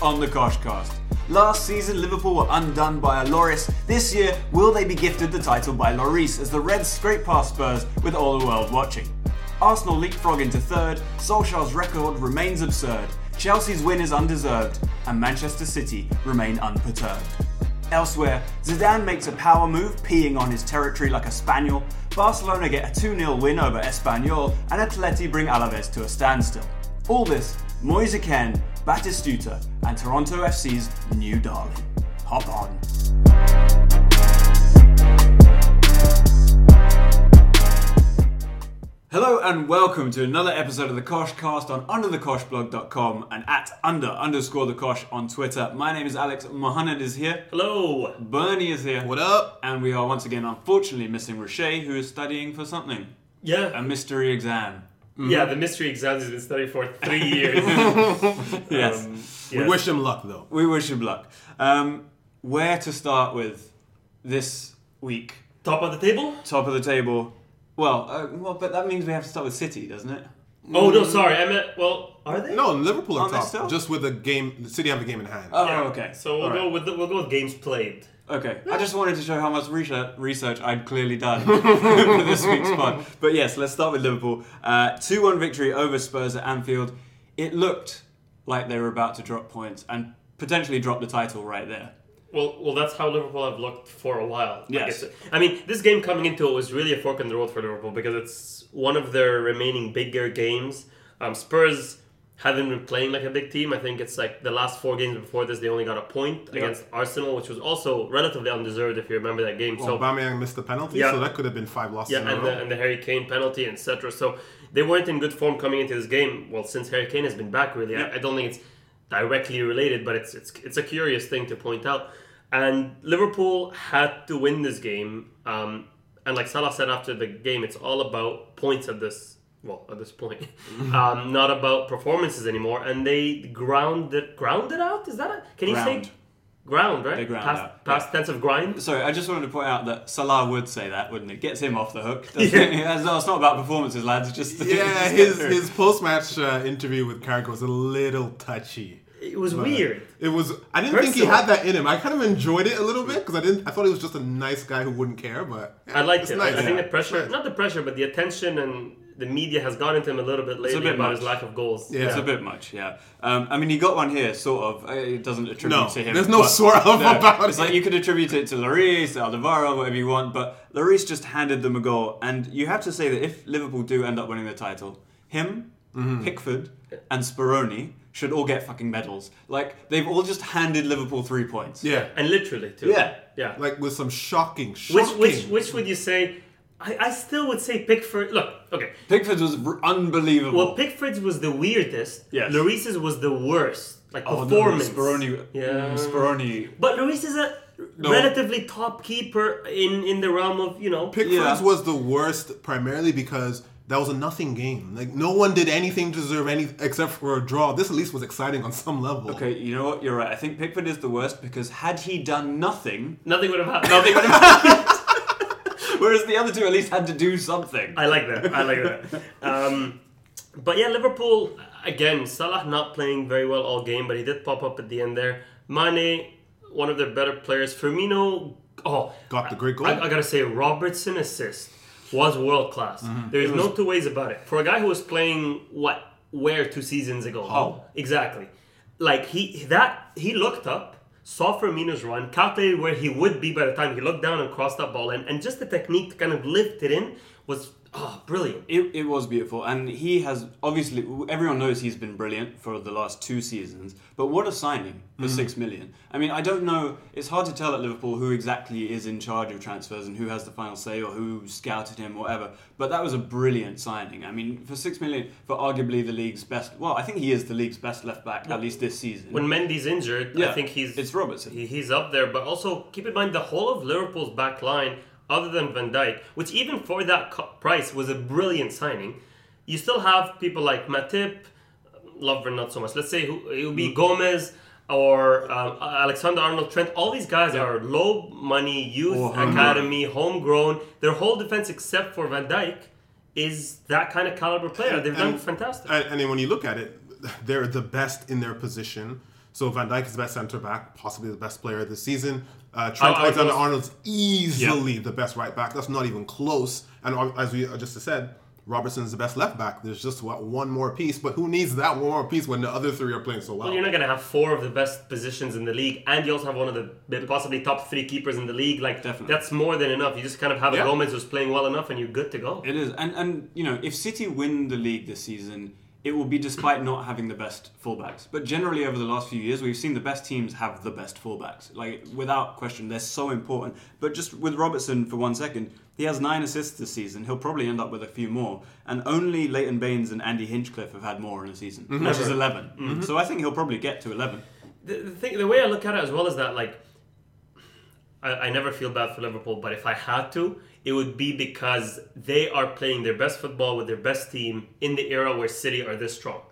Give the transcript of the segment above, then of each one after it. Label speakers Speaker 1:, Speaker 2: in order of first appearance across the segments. Speaker 1: on the Koshcast. Last season, Liverpool were undone by a Loris. This year, will they be gifted the title by Lloris as the Reds scrape past Spurs with all the world watching? Arsenal leapfrog into third, Solskjaer's record remains absurd, Chelsea's win is undeserved, and Manchester City remain unperturbed. Elsewhere, Zidane makes a power move, peeing on his territory like a spaniel. Barcelona get a 2 0 win over Espanyol, and Atleti bring Alaves to a standstill. All this, Moise Ken, Batistuta, and Toronto FC's new darling. Hop on. Hello and welcome to another episode of the Kosh Cast on underthekoshblog.com and at under underscore the Kosh on Twitter. My name is Alex. Mohamed is here.
Speaker 2: Hello.
Speaker 1: Bernie is here.
Speaker 3: What up?
Speaker 1: And we are once again, unfortunately, missing Roche, who is studying for something
Speaker 2: Yeah.
Speaker 1: a mystery
Speaker 3: Um,
Speaker 1: exam.
Speaker 2: Yeah, the mystery exam has been studied for three years. Um,
Speaker 1: Yes.
Speaker 3: We
Speaker 2: yes.
Speaker 3: wish him luck though.
Speaker 1: we wish him luck. Um, where to start with this week?
Speaker 2: Top of the table?
Speaker 1: Top of the table. Well, uh, well, but that means we have to start with City, doesn't it?
Speaker 2: Oh, no, sorry. I meant, well, Oh, are they?
Speaker 3: No, Liverpool
Speaker 1: On
Speaker 3: are
Speaker 1: this still?
Speaker 3: top. Just with the game, the City have a game in hand.
Speaker 1: Oh,
Speaker 2: Yeah.
Speaker 1: okay.
Speaker 2: So we'll
Speaker 1: All right.
Speaker 2: go with the, we'll go with games played.
Speaker 1: Okay, I just wanted to show how much research, research I'd clearly done for this week's pod. But yes, let's start with Liverpool. Uh, Two one victory over Spurs at Anfield. It looked like they were about to drop points and potentially drop the title right there.
Speaker 2: Well, well, that's how Liverpool have looked for a while.
Speaker 1: Yes.
Speaker 2: I, guess. I mean, this game coming into it was really a fork in the road for Liverpool because it's one of their remaining bigger games. Um, Spurs haven't been playing like a big team. I think it's like the last four games before this, they only got a point against Arsenal, which was also relatively undeserved if you remember that game. so
Speaker 3: Aubameyang missed the penalty,
Speaker 2: Yeah.
Speaker 3: so that could have been five losses
Speaker 2: Yeah,
Speaker 3: in a
Speaker 2: and
Speaker 3: row.
Speaker 2: the, and the Harry Kane penalty, etc. So they weren't in good form coming into this game. Well, since Harry Kane has been back, really, I, I don't think it's directly related, but it's it's it's a curious thing to point out. And Liverpool had to win this game. Um, and like Salah said after the game, it's all about points at this well at this point,
Speaker 1: Mm-hmm.
Speaker 2: um, not about performances anymore. And they ground it ground it out. Is that it? Can you
Speaker 1: Ground.
Speaker 2: say ground right?
Speaker 1: They ground
Speaker 2: past,
Speaker 1: out,
Speaker 2: past tense of grind.
Speaker 1: Sorry, I just wanted to point out that Salah would say that, wouldn't it? Gets him off the hook. Doesn't it? It's not it's not about performances, lads. It's just
Speaker 3: yeah,
Speaker 1: just get
Speaker 3: his
Speaker 1: through.
Speaker 3: his post match uh, interview with Carrick was a little touchy.
Speaker 2: It was
Speaker 3: but
Speaker 2: weird.
Speaker 3: It was. I didn't think he
Speaker 2: Personal.
Speaker 3: had that in him. I kind of enjoyed it a little bit because I didn't. I thought he was just a nice guy who wouldn't care. But
Speaker 2: I liked
Speaker 3: it's
Speaker 2: it.
Speaker 3: nice.
Speaker 2: I, I think
Speaker 3: Yeah.
Speaker 2: the pressure,
Speaker 3: Sure.
Speaker 2: not the pressure, but the attention and the media has gotten to him a little bit lately
Speaker 1: bit
Speaker 2: about
Speaker 1: much.
Speaker 2: his lack of goals.
Speaker 3: Yeah.
Speaker 1: It's a bit much, yeah. Um, I mean, he got one here, sort of. Uh, It doesn't attribute
Speaker 3: No,
Speaker 1: to him.
Speaker 3: there's no
Speaker 1: but-
Speaker 3: sort of about
Speaker 1: It's like
Speaker 3: it.
Speaker 1: you could attribute it to Lloris, to Alvaro, whatever you want, but Lloris just handed them a goal. And you have to say that if Liverpool do end up winning the title, him,
Speaker 3: Mm-hmm.
Speaker 1: Pickford, and Speroni should all get fucking medals. Like, they've all just handed Liverpool three points.
Speaker 3: yeah,
Speaker 2: and literally too.
Speaker 1: Yeah.
Speaker 2: yeah.
Speaker 3: like with some shocking, shocking.
Speaker 2: which which which would you say? I, I still would say Pickford. Look, okay.
Speaker 1: Pickford was r- unbelievable.
Speaker 2: Well, Pickford's was the weirdest.
Speaker 1: Yes.
Speaker 2: Lloris's was the worst. Like
Speaker 1: Oh, no,
Speaker 2: performance.
Speaker 1: Speroni. Mm.
Speaker 2: Yeah.
Speaker 1: Speroni.
Speaker 2: But Lloris is a relatively top keeper in in the realm of you know.
Speaker 3: Pickford's
Speaker 1: Yeah.
Speaker 3: was the worst primarily because that was a nothing game. Like no one did anything to deserve any except for a draw. This at least was exciting on some level.
Speaker 1: Okay, you know what? You're right. I think Pickford is the worst because had he done nothing,
Speaker 2: Nothing would have happened.
Speaker 1: nothing would have happened. Whereas the other two at least had to do something.
Speaker 2: I like that. I like that. Um, but yeah, Liverpool again. Salah not playing very well all game, but he did pop up at the end there. Mane, one of their better players. Firmino, oh,
Speaker 3: Got the great goal.
Speaker 2: I, I gotta say, Robertson assist was world class. There's no two ways about it. For a guy who was playing what where two seasons ago,
Speaker 3: Hull.
Speaker 2: exactly. Like he that he looked up. Saw Firmino's run, calculated where he would be by the time he looked down and crossed that ball in, and just the technique to kind of lift it in was oh brilliant.
Speaker 1: It, it was beautiful, and he has obviously everyone knows he's been brilliant for the last two seasons. But what a signing for
Speaker 2: Mm.
Speaker 1: six million! I mean, I don't know. It's hard to tell at Liverpool who exactly is in charge of transfers and who has the final say or who scouted him, whatever. But that was a brilliant signing. I mean, for six million, for arguably the league's best. Well, I think he is the league's best left back at least this season.
Speaker 2: when Mendy's injured, I think he's
Speaker 1: it's Robertson.
Speaker 2: he, he's up there. But also keep in mind the whole of Liverpool's back line, other than Van Dijk, which even for that co- price was a brilliant signing. You still have people like Matip, Lovren not so much. Let's say who it would
Speaker 3: Mm.
Speaker 2: be Gomez or um, Alexander Arnold, Trent. All these guys are low money youth
Speaker 3: Oh,
Speaker 1: Or homegrown.
Speaker 2: academy, homegrown. Their whole defense, except for Van Dijk, is that kind of caliber player. They've done
Speaker 3: And-
Speaker 2: fantastic.
Speaker 3: And, and then when you look at it, they're the best in their position. So Van Dijk is best centre back, possibly the best player this season. Uh,
Speaker 2: I-
Speaker 3: Trent
Speaker 2: I would go-
Speaker 3: Alexander Arnold's easily the best right back. That's not even close. And uh, as we just said, Robertson's the best left back. There's just what, one more piece, but who needs that one more piece when the other three are playing so well?
Speaker 2: Well, you're not going to have four of the best positions in the league, and you also have one of the possibly top three keepers in the league. Like,
Speaker 1: Definitely.
Speaker 2: that's more than enough. You just kind of have
Speaker 3: Yeah.
Speaker 2: a Gomez who's playing well enough, and you're good to go.
Speaker 1: It is, and and you know, if City win the league this season, it will be despite not having the best fullbacks. But generally, over the last few years, we've seen the best teams have the best fullbacks, like without question. They're so important. But just with Robertson for one second, he has nine assists this season. He'll probably end up with a few more, and only Leighton Baines and Andy Hinchcliffe have had more in a season,
Speaker 2: Mm-hmm.
Speaker 1: which is 11 So I think he'll probably get to eleven.
Speaker 2: the, the thing, the way I look at it as well is that like, I, I never feel bad for Liverpool, but if I had to, it would be because they are playing their best football with their best team in the era where City are this strong.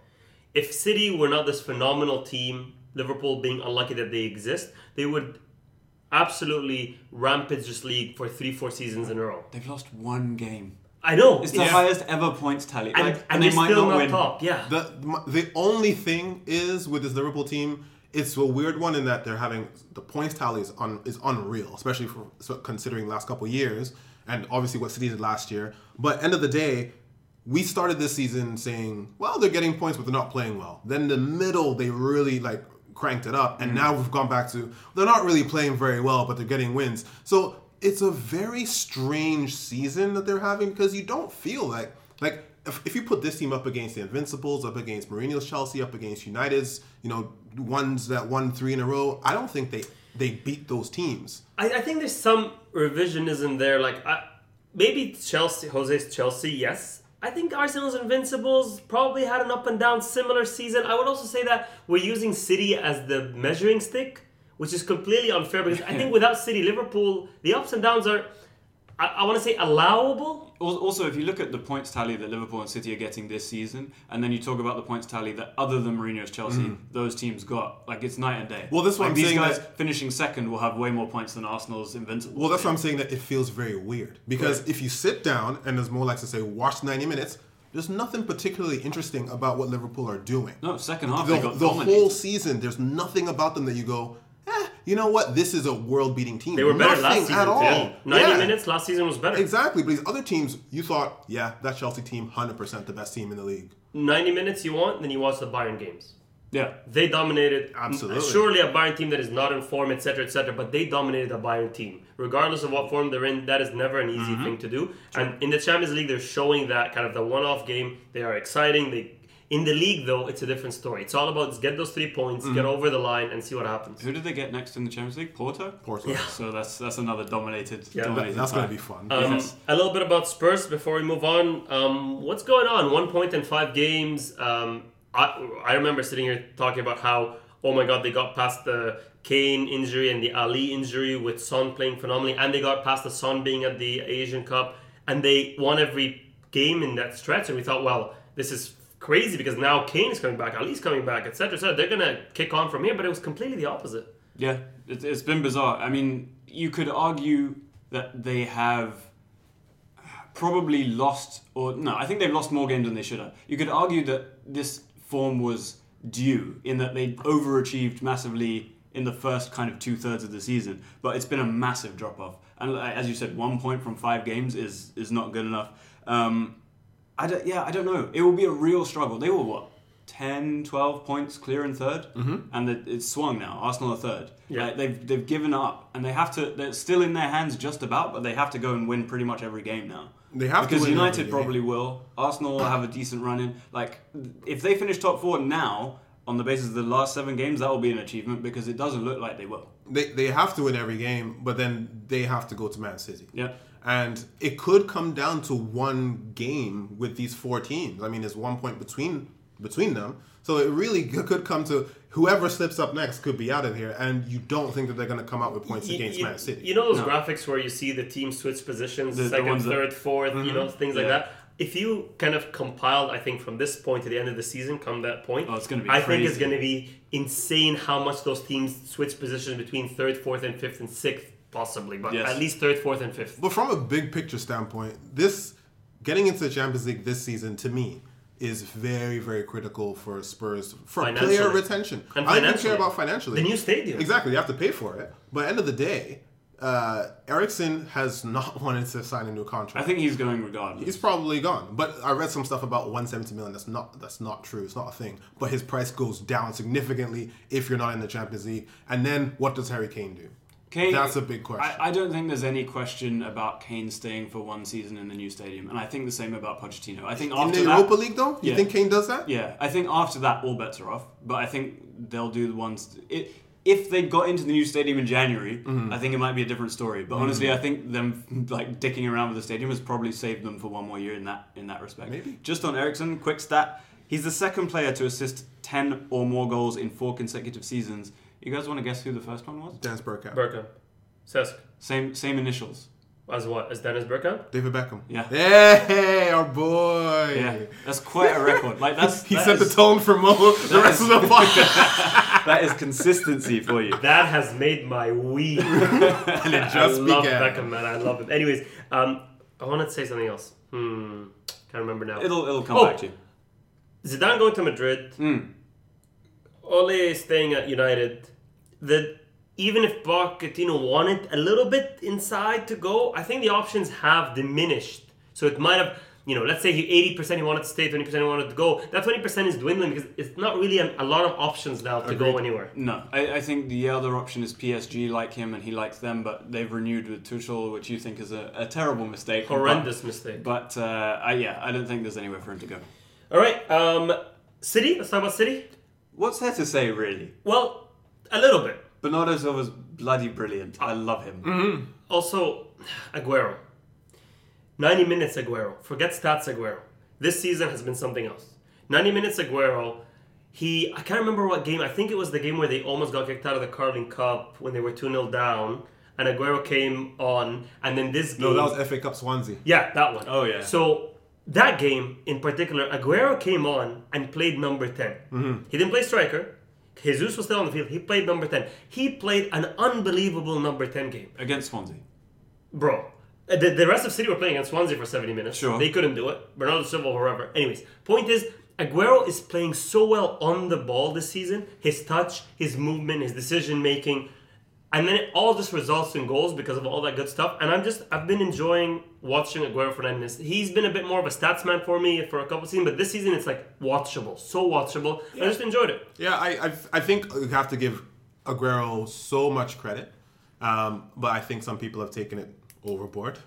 Speaker 2: If City were not this phenomenal team, Liverpool being unlucky that they exist, they would absolutely rampage this league for three, four seasons in a row.
Speaker 1: They've lost one game.
Speaker 2: I know.
Speaker 1: It's the
Speaker 2: Yeah.
Speaker 1: highest ever points tally,
Speaker 2: and,
Speaker 1: like,
Speaker 2: and, they might still not
Speaker 1: win.
Speaker 2: top. Yeah.
Speaker 3: The m- the only thing is with this Liverpool team, it's a weird one in that they're having the points tally is un, is unreal, especially for so considering last couple years and obviously what City did last year. But end of the day, we started this season saying, well, they're getting points, but they're not playing well. Then the middle, they really like cranked it up, and now we've gone back to they're not really playing very well, but they're getting wins. So it's a very strange season that they're having because you don't feel like like if, if you put this team up against the Invincibles, up against Mourinho's Chelsea, up against United's, you know, ones that won three in a row, I don't think they they beat those teams.
Speaker 2: I, I think there's some revisionism there. Like I, maybe Chelsea, Jose's Chelsea, yes. I think Arsenal's Invincibles probably had an up and down similar season. I would also say that we're using City as the measuring stick, which is completely unfair because I think without City, Liverpool, the ups and downs are, I, I want to say, allowable.
Speaker 1: Al- Also, if you look at the points tally that Liverpool and City are getting this season, and then you talk about the points tally that other than Mourinho's Chelsea, those teams got, like it's night and day.
Speaker 3: Mm. Well, that's what
Speaker 1: like,
Speaker 3: I'm
Speaker 1: these
Speaker 3: saying
Speaker 1: guys
Speaker 3: that-
Speaker 1: finishing second will have way more points than Arsenal's invincible.
Speaker 3: Well, that's why I'm saying that it feels very weird because if you sit down and as Mo likes to say, watch 90 minutes, there's nothing particularly interesting about what Liverpool are doing.
Speaker 1: no second half
Speaker 3: the,
Speaker 1: they got
Speaker 3: the
Speaker 1: dominated.
Speaker 3: whole season, there's nothing about them that you go, eh, you know what? This is a world-beating team.
Speaker 2: They were better last
Speaker 3: Nothing
Speaker 2: season.
Speaker 3: at all.
Speaker 2: too. 90
Speaker 3: Yeah.
Speaker 2: minutes last season was better.
Speaker 3: Exactly, but these other teams, you thought, yeah, that Chelsea team, hundred percent the best team in the league.
Speaker 2: 90 minutes you want, then you watch the Bayern games.
Speaker 1: yeah,
Speaker 2: They dominated. mm,
Speaker 3: Absolutely.
Speaker 2: Surely a Bayern team that is not in form, etc., etc. But they dominated a Bayern team, regardless of what form they're in. That is never an easy thing to do. And in the Champions League, they're showing that kind of the one-off game. They are exciting. They in the league though, it's a different story. It's all about get those three points, get over the line, and see what happens.
Speaker 1: who did they get next in the Champions League? Porto.
Speaker 3: Porto.
Speaker 1: So that's that's another dominated.
Speaker 2: Yeah, that-
Speaker 3: That-
Speaker 1: dominated
Speaker 3: that's gonna
Speaker 1: tie.
Speaker 3: be fun.
Speaker 2: Um,
Speaker 1: Yes.
Speaker 2: A little bit about Spurs before we move on. Um, what's going on? One point in five games. Um, I, I remember sitting here talking about how, oh my God, they got past the Kane injury and the Ali injury with Son playing phenomenally, and they got past the Son being at the Asian Cup, and they won every game in that stretch. And we thought, well, this is crazy because now Kane is coming back, Ali's coming back, etc. etc. they're gonna kick on from here, but it was completely the opposite.
Speaker 1: Yeah, it, it's been bizarre. I mean, you could argue that they have probably lost, or no, I think they've lost more games than they should have. You could argue that this form was due in that they overachieved massively in the first kind of two thirds of the season, but it's been a massive drop off. And like- as you said, one point from five games is is not good enough. Um, I don't, yeah, I don't know. It will be a real struggle. They were what 10, 12 points clear in 3rd mm-hmm. and it, it's swung now. Arsenal are third.
Speaker 2: Yeah.
Speaker 1: Like, they've they've given up, and they have to. They're still in their hands just about, but they have to go and win pretty much every game now.
Speaker 3: They have to
Speaker 1: because
Speaker 3: win
Speaker 1: United
Speaker 3: every game.
Speaker 1: probably will. Arsenal will have a decent run in. Like if they finish top four now on the basis of the last seven games, that will be an achievement because it doesn't look like they will.
Speaker 3: They they have to win every game, but then they have to go to Man City.
Speaker 1: Yeah.
Speaker 3: And it could come down to one game with these four teams. I mean, there's one point between between them, so it really c- could come to whoever slips up next could be out of here. And you don't think that they're going to come out with points
Speaker 2: You-
Speaker 3: against
Speaker 2: you,
Speaker 3: Man City.
Speaker 2: you know those graphics where you see the team switch positions,
Speaker 1: The- the
Speaker 2: second,
Speaker 1: ones that- Mm-hmm.
Speaker 2: third, fourth, you know, things like
Speaker 1: Yeah.
Speaker 2: that. If you kind of compiled, I think from this point to the end of the season, come that point,
Speaker 1: Oh, it's gonna be
Speaker 2: I think it's
Speaker 1: crazy.
Speaker 2: going to be insane how much those teams switch positions between third, fourth, and fifth and sixth, possibly, but
Speaker 1: Yes.
Speaker 2: at least third, fourth, and fifth.
Speaker 3: But from a big picture standpoint, this getting into the Champions League this season to me is very very critical for Spurs for player
Speaker 2: Financially.
Speaker 3: retention.
Speaker 2: And
Speaker 3: I don't even care
Speaker 2: financially.
Speaker 3: about financially.
Speaker 2: The new stadium.
Speaker 3: Exactly, you have to pay for it. But end of the day, uh, Ericsson has not wanted to sign a new
Speaker 1: I
Speaker 3: contract.
Speaker 1: think he's going regardless.
Speaker 3: He's probably gone. But I read some stuff about 170 million. That's not that's not true. It's not a thing. But his price goes down significantly if you're not in the Champions League. And then what does Harry Kane do?
Speaker 1: Kane,
Speaker 3: That's a big question.
Speaker 1: I, I don't think there's any question about Kane staying for one season in the new stadium, and I think the same about Pochettino. I think
Speaker 3: in
Speaker 1: after
Speaker 3: the
Speaker 1: that,
Speaker 3: Europa League though? You
Speaker 1: Yeah.
Speaker 3: think Kane does that?
Speaker 1: yeah, I think after that all bets are off. But I think they'll do the ones it, if they got into the new stadium in January.
Speaker 3: Mm-hmm.
Speaker 1: I think it might be a different story. But honestly, I think them like dicking around with the stadium has probably saved them for one more year in that in that respect.
Speaker 3: Maybe.
Speaker 1: Just on Ericsson, quick stat: he's the second player to assist ten or more goals in four consecutive seasons. You guys want to guess who the first one was?
Speaker 3: Dennis Bergkamp.
Speaker 2: Bergkamp. Cesc.
Speaker 1: Same same initials.
Speaker 2: As what? As Dennis Bergkamp?
Speaker 3: David Beckham.
Speaker 1: Yeah.
Speaker 3: Hey, our boy.
Speaker 1: Yeah, that's quite a record. Like that's
Speaker 3: He
Speaker 1: that
Speaker 3: set
Speaker 1: is-
Speaker 3: the tone for Mo the rest of the podcast.
Speaker 1: that is consistency for you.
Speaker 2: That has made my week.
Speaker 3: and it
Speaker 2: I
Speaker 3: just
Speaker 2: love
Speaker 3: began.
Speaker 2: Beckham, man. I love him. Anyways, um, I wanted to say something else. Hmm. Can't remember now.
Speaker 1: It'll it'll come
Speaker 2: Oh.
Speaker 1: back to you.
Speaker 2: Zidane going to Madrid.
Speaker 3: Hmm.
Speaker 2: Ole staying at United. The even if Pochettino wanted a little bit inside to go, I think the options have diminished. So it might have, you know, let's say he eighty percent he wanted to stay, twenty percent he wanted to go. That twenty percent is dwindling because it's not really a, a lot of options now to go anywhere.
Speaker 1: No, I, I think the other option is PSG like him and he likes them, but they've renewed with Tuchel, which you think is a, a terrible mistake.
Speaker 2: Horrendous mistake.
Speaker 1: But, but uh, I, yeah, I don't think there's anywhere for him to go.
Speaker 2: All right, um, City. Let's talk about City.
Speaker 1: What's there to say really?
Speaker 2: Well, a little bit.
Speaker 1: Bernardo Silva's bloody brilliant. I love him.
Speaker 3: Mm-hmm.
Speaker 2: Also, Aguero. 90 minutes Aguero. Forget stats Aguero. This season has been something else. 90 minutes Aguero. He, I can't remember what game. I think it was the game where they almost got kicked out of the Carling Cup when they were 2 0 down. And Aguero came on. And then this game.
Speaker 3: No, that was FA Cup Swansea.
Speaker 2: Yeah, that one.
Speaker 1: Oh, yeah.
Speaker 2: So that game in particular, Aguero came on and played number 10.
Speaker 1: Mm-hmm.
Speaker 2: He didn't play striker. Jesus was still on the field. He played number 10. He played an unbelievable number 10 game.
Speaker 1: Against Swansea.
Speaker 2: Bro, uh, the, the rest of City were playing against Swansea for 70 minutes.
Speaker 1: Sure.
Speaker 2: They couldn't do it. Bernardo Silva, whoever. Anyways, point is, Aguero is playing so well on the ball this season. His touch, his movement, his decision making. And then it all just results in goals because of all that good stuff. And I'm just, I've been enjoying watching Aguero Fernandez. He's been a bit more of a stats man for me for a couple seasons, but this season it's like watchable, so watchable. I just enjoyed it.
Speaker 3: Yeah, I, I, I think you have to give Aguero so much credit, um, but I think some people have taken it overboard.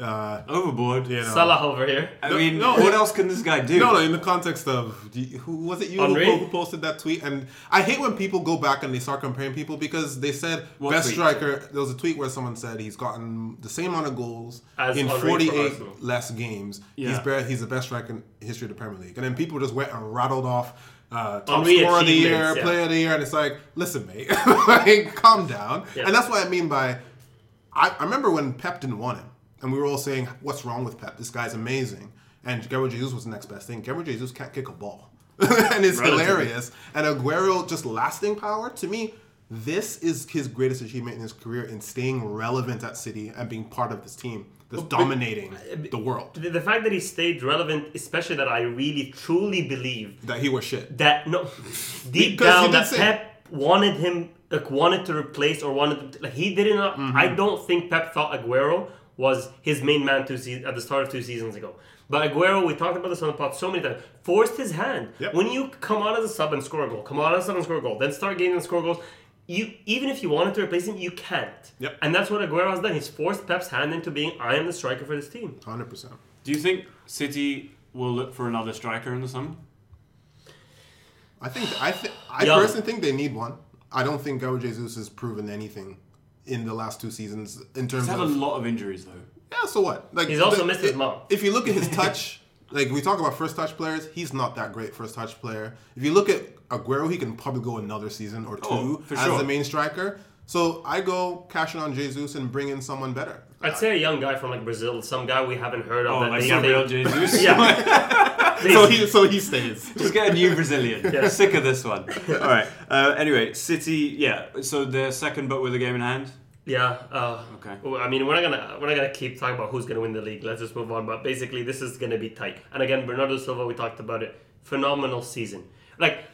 Speaker 3: Uh,
Speaker 1: Overboard.
Speaker 3: you know.
Speaker 2: Salah over here.
Speaker 1: I
Speaker 3: No,
Speaker 1: mean,
Speaker 3: no.
Speaker 1: what else can this guy do?
Speaker 3: No, no, in the context of do you- who was it you who,
Speaker 2: Henri?
Speaker 3: po- who posted that tweet? And I hate when people go back and they start comparing people because they said
Speaker 1: What
Speaker 3: best
Speaker 1: tweet?
Speaker 3: striker. There was a tweet where someone said he's gotten the same amount of goals
Speaker 2: As
Speaker 3: in
Speaker 2: Henri for
Speaker 3: 48
Speaker 2: Arsenal.
Speaker 3: less games. He's
Speaker 1: Yeah.
Speaker 3: bare, he's the best striker in history of the Premier League. And then people just went and rattled off uh, top
Speaker 2: Henri
Speaker 3: scorer of the year,
Speaker 2: achievements, yeah.
Speaker 3: player of the year, and it's like, listen, mate, like calm down.
Speaker 2: Yeah.
Speaker 3: And that's what I mean by I, I remember when Pep didn't want him, and we were all saying, "What's wrong with Pep? This guy's amazing." And Gabriel Jesus was the next best thing. Gabriel Jesus can't kick a ball, and it's
Speaker 2: Relatively.
Speaker 3: hilarious. And Aguero just lasting power to me. This is his greatest achievement in his career in staying relevant at City and being part of this team that's dominating
Speaker 2: uh,
Speaker 3: the world.
Speaker 2: The, the fact that he stayed relevant, especially that I really, truly believe
Speaker 3: That he was shit.
Speaker 2: that no deep
Speaker 3: Because he
Speaker 2: down
Speaker 3: did
Speaker 2: that
Speaker 3: say-
Speaker 2: Pep wanted him like wanted to replace or wanted to, like he did not
Speaker 3: Mm-hmm.
Speaker 2: I don't think Pep thought Aguero was his main man two seasons at the start of two seasons ago. But Aguero, we talked about this on the pod so many times, forced his hand.
Speaker 3: Yep.
Speaker 2: When you come on as a sub and score a goal, come on as a sub and score a goal, then start getting and score goals. You even if you wanted to replace him, you can't.
Speaker 3: Yep.
Speaker 2: And that's what Aguero has done. He's forced Pep's hand into being I am the striker for this team.
Speaker 3: Hundred percent.
Speaker 1: Do you think City will look for another striker in the summer?
Speaker 3: I think I th- I
Speaker 2: Young.
Speaker 3: personally think they need one. I don't think Gabriel Jesus has proven anything in the last two seasons in terms
Speaker 1: He's had a
Speaker 3: of
Speaker 1: lot of injuries, though.
Speaker 3: Yeah, so what? Like
Speaker 2: He's also missed his
Speaker 3: i-
Speaker 2: mom.
Speaker 3: If you look at his touch, like we talk about first touch players, he's not that great first touch player. If you look at Aguero, he can probably go another season or two
Speaker 1: Oh, for
Speaker 3: as
Speaker 1: sure.
Speaker 3: the main striker. So I go cashing on Jesus and bring in someone better.
Speaker 2: I'd say a young guy from like Brazil, some guy we haven't heard of.
Speaker 1: Oh,
Speaker 2: that
Speaker 1: like
Speaker 2: they
Speaker 1: Gabriel
Speaker 2: think-
Speaker 1: Jesus.
Speaker 2: Yeah.
Speaker 3: so he so he stays.
Speaker 1: Just get a new Brazilian. Sick of this one. All right. Uh, anyway, City. Yeah. So they're second, but with a game in hand.
Speaker 2: Yeah. Uh,
Speaker 1: Okay.
Speaker 2: well, I mean, we're not gonna we're not gonna keep talking about who's gonna win the league. Let's just move on. But basically, this is gonna be tight. And again, Bernardo Silva, we talked about it. Phenomenal season. Like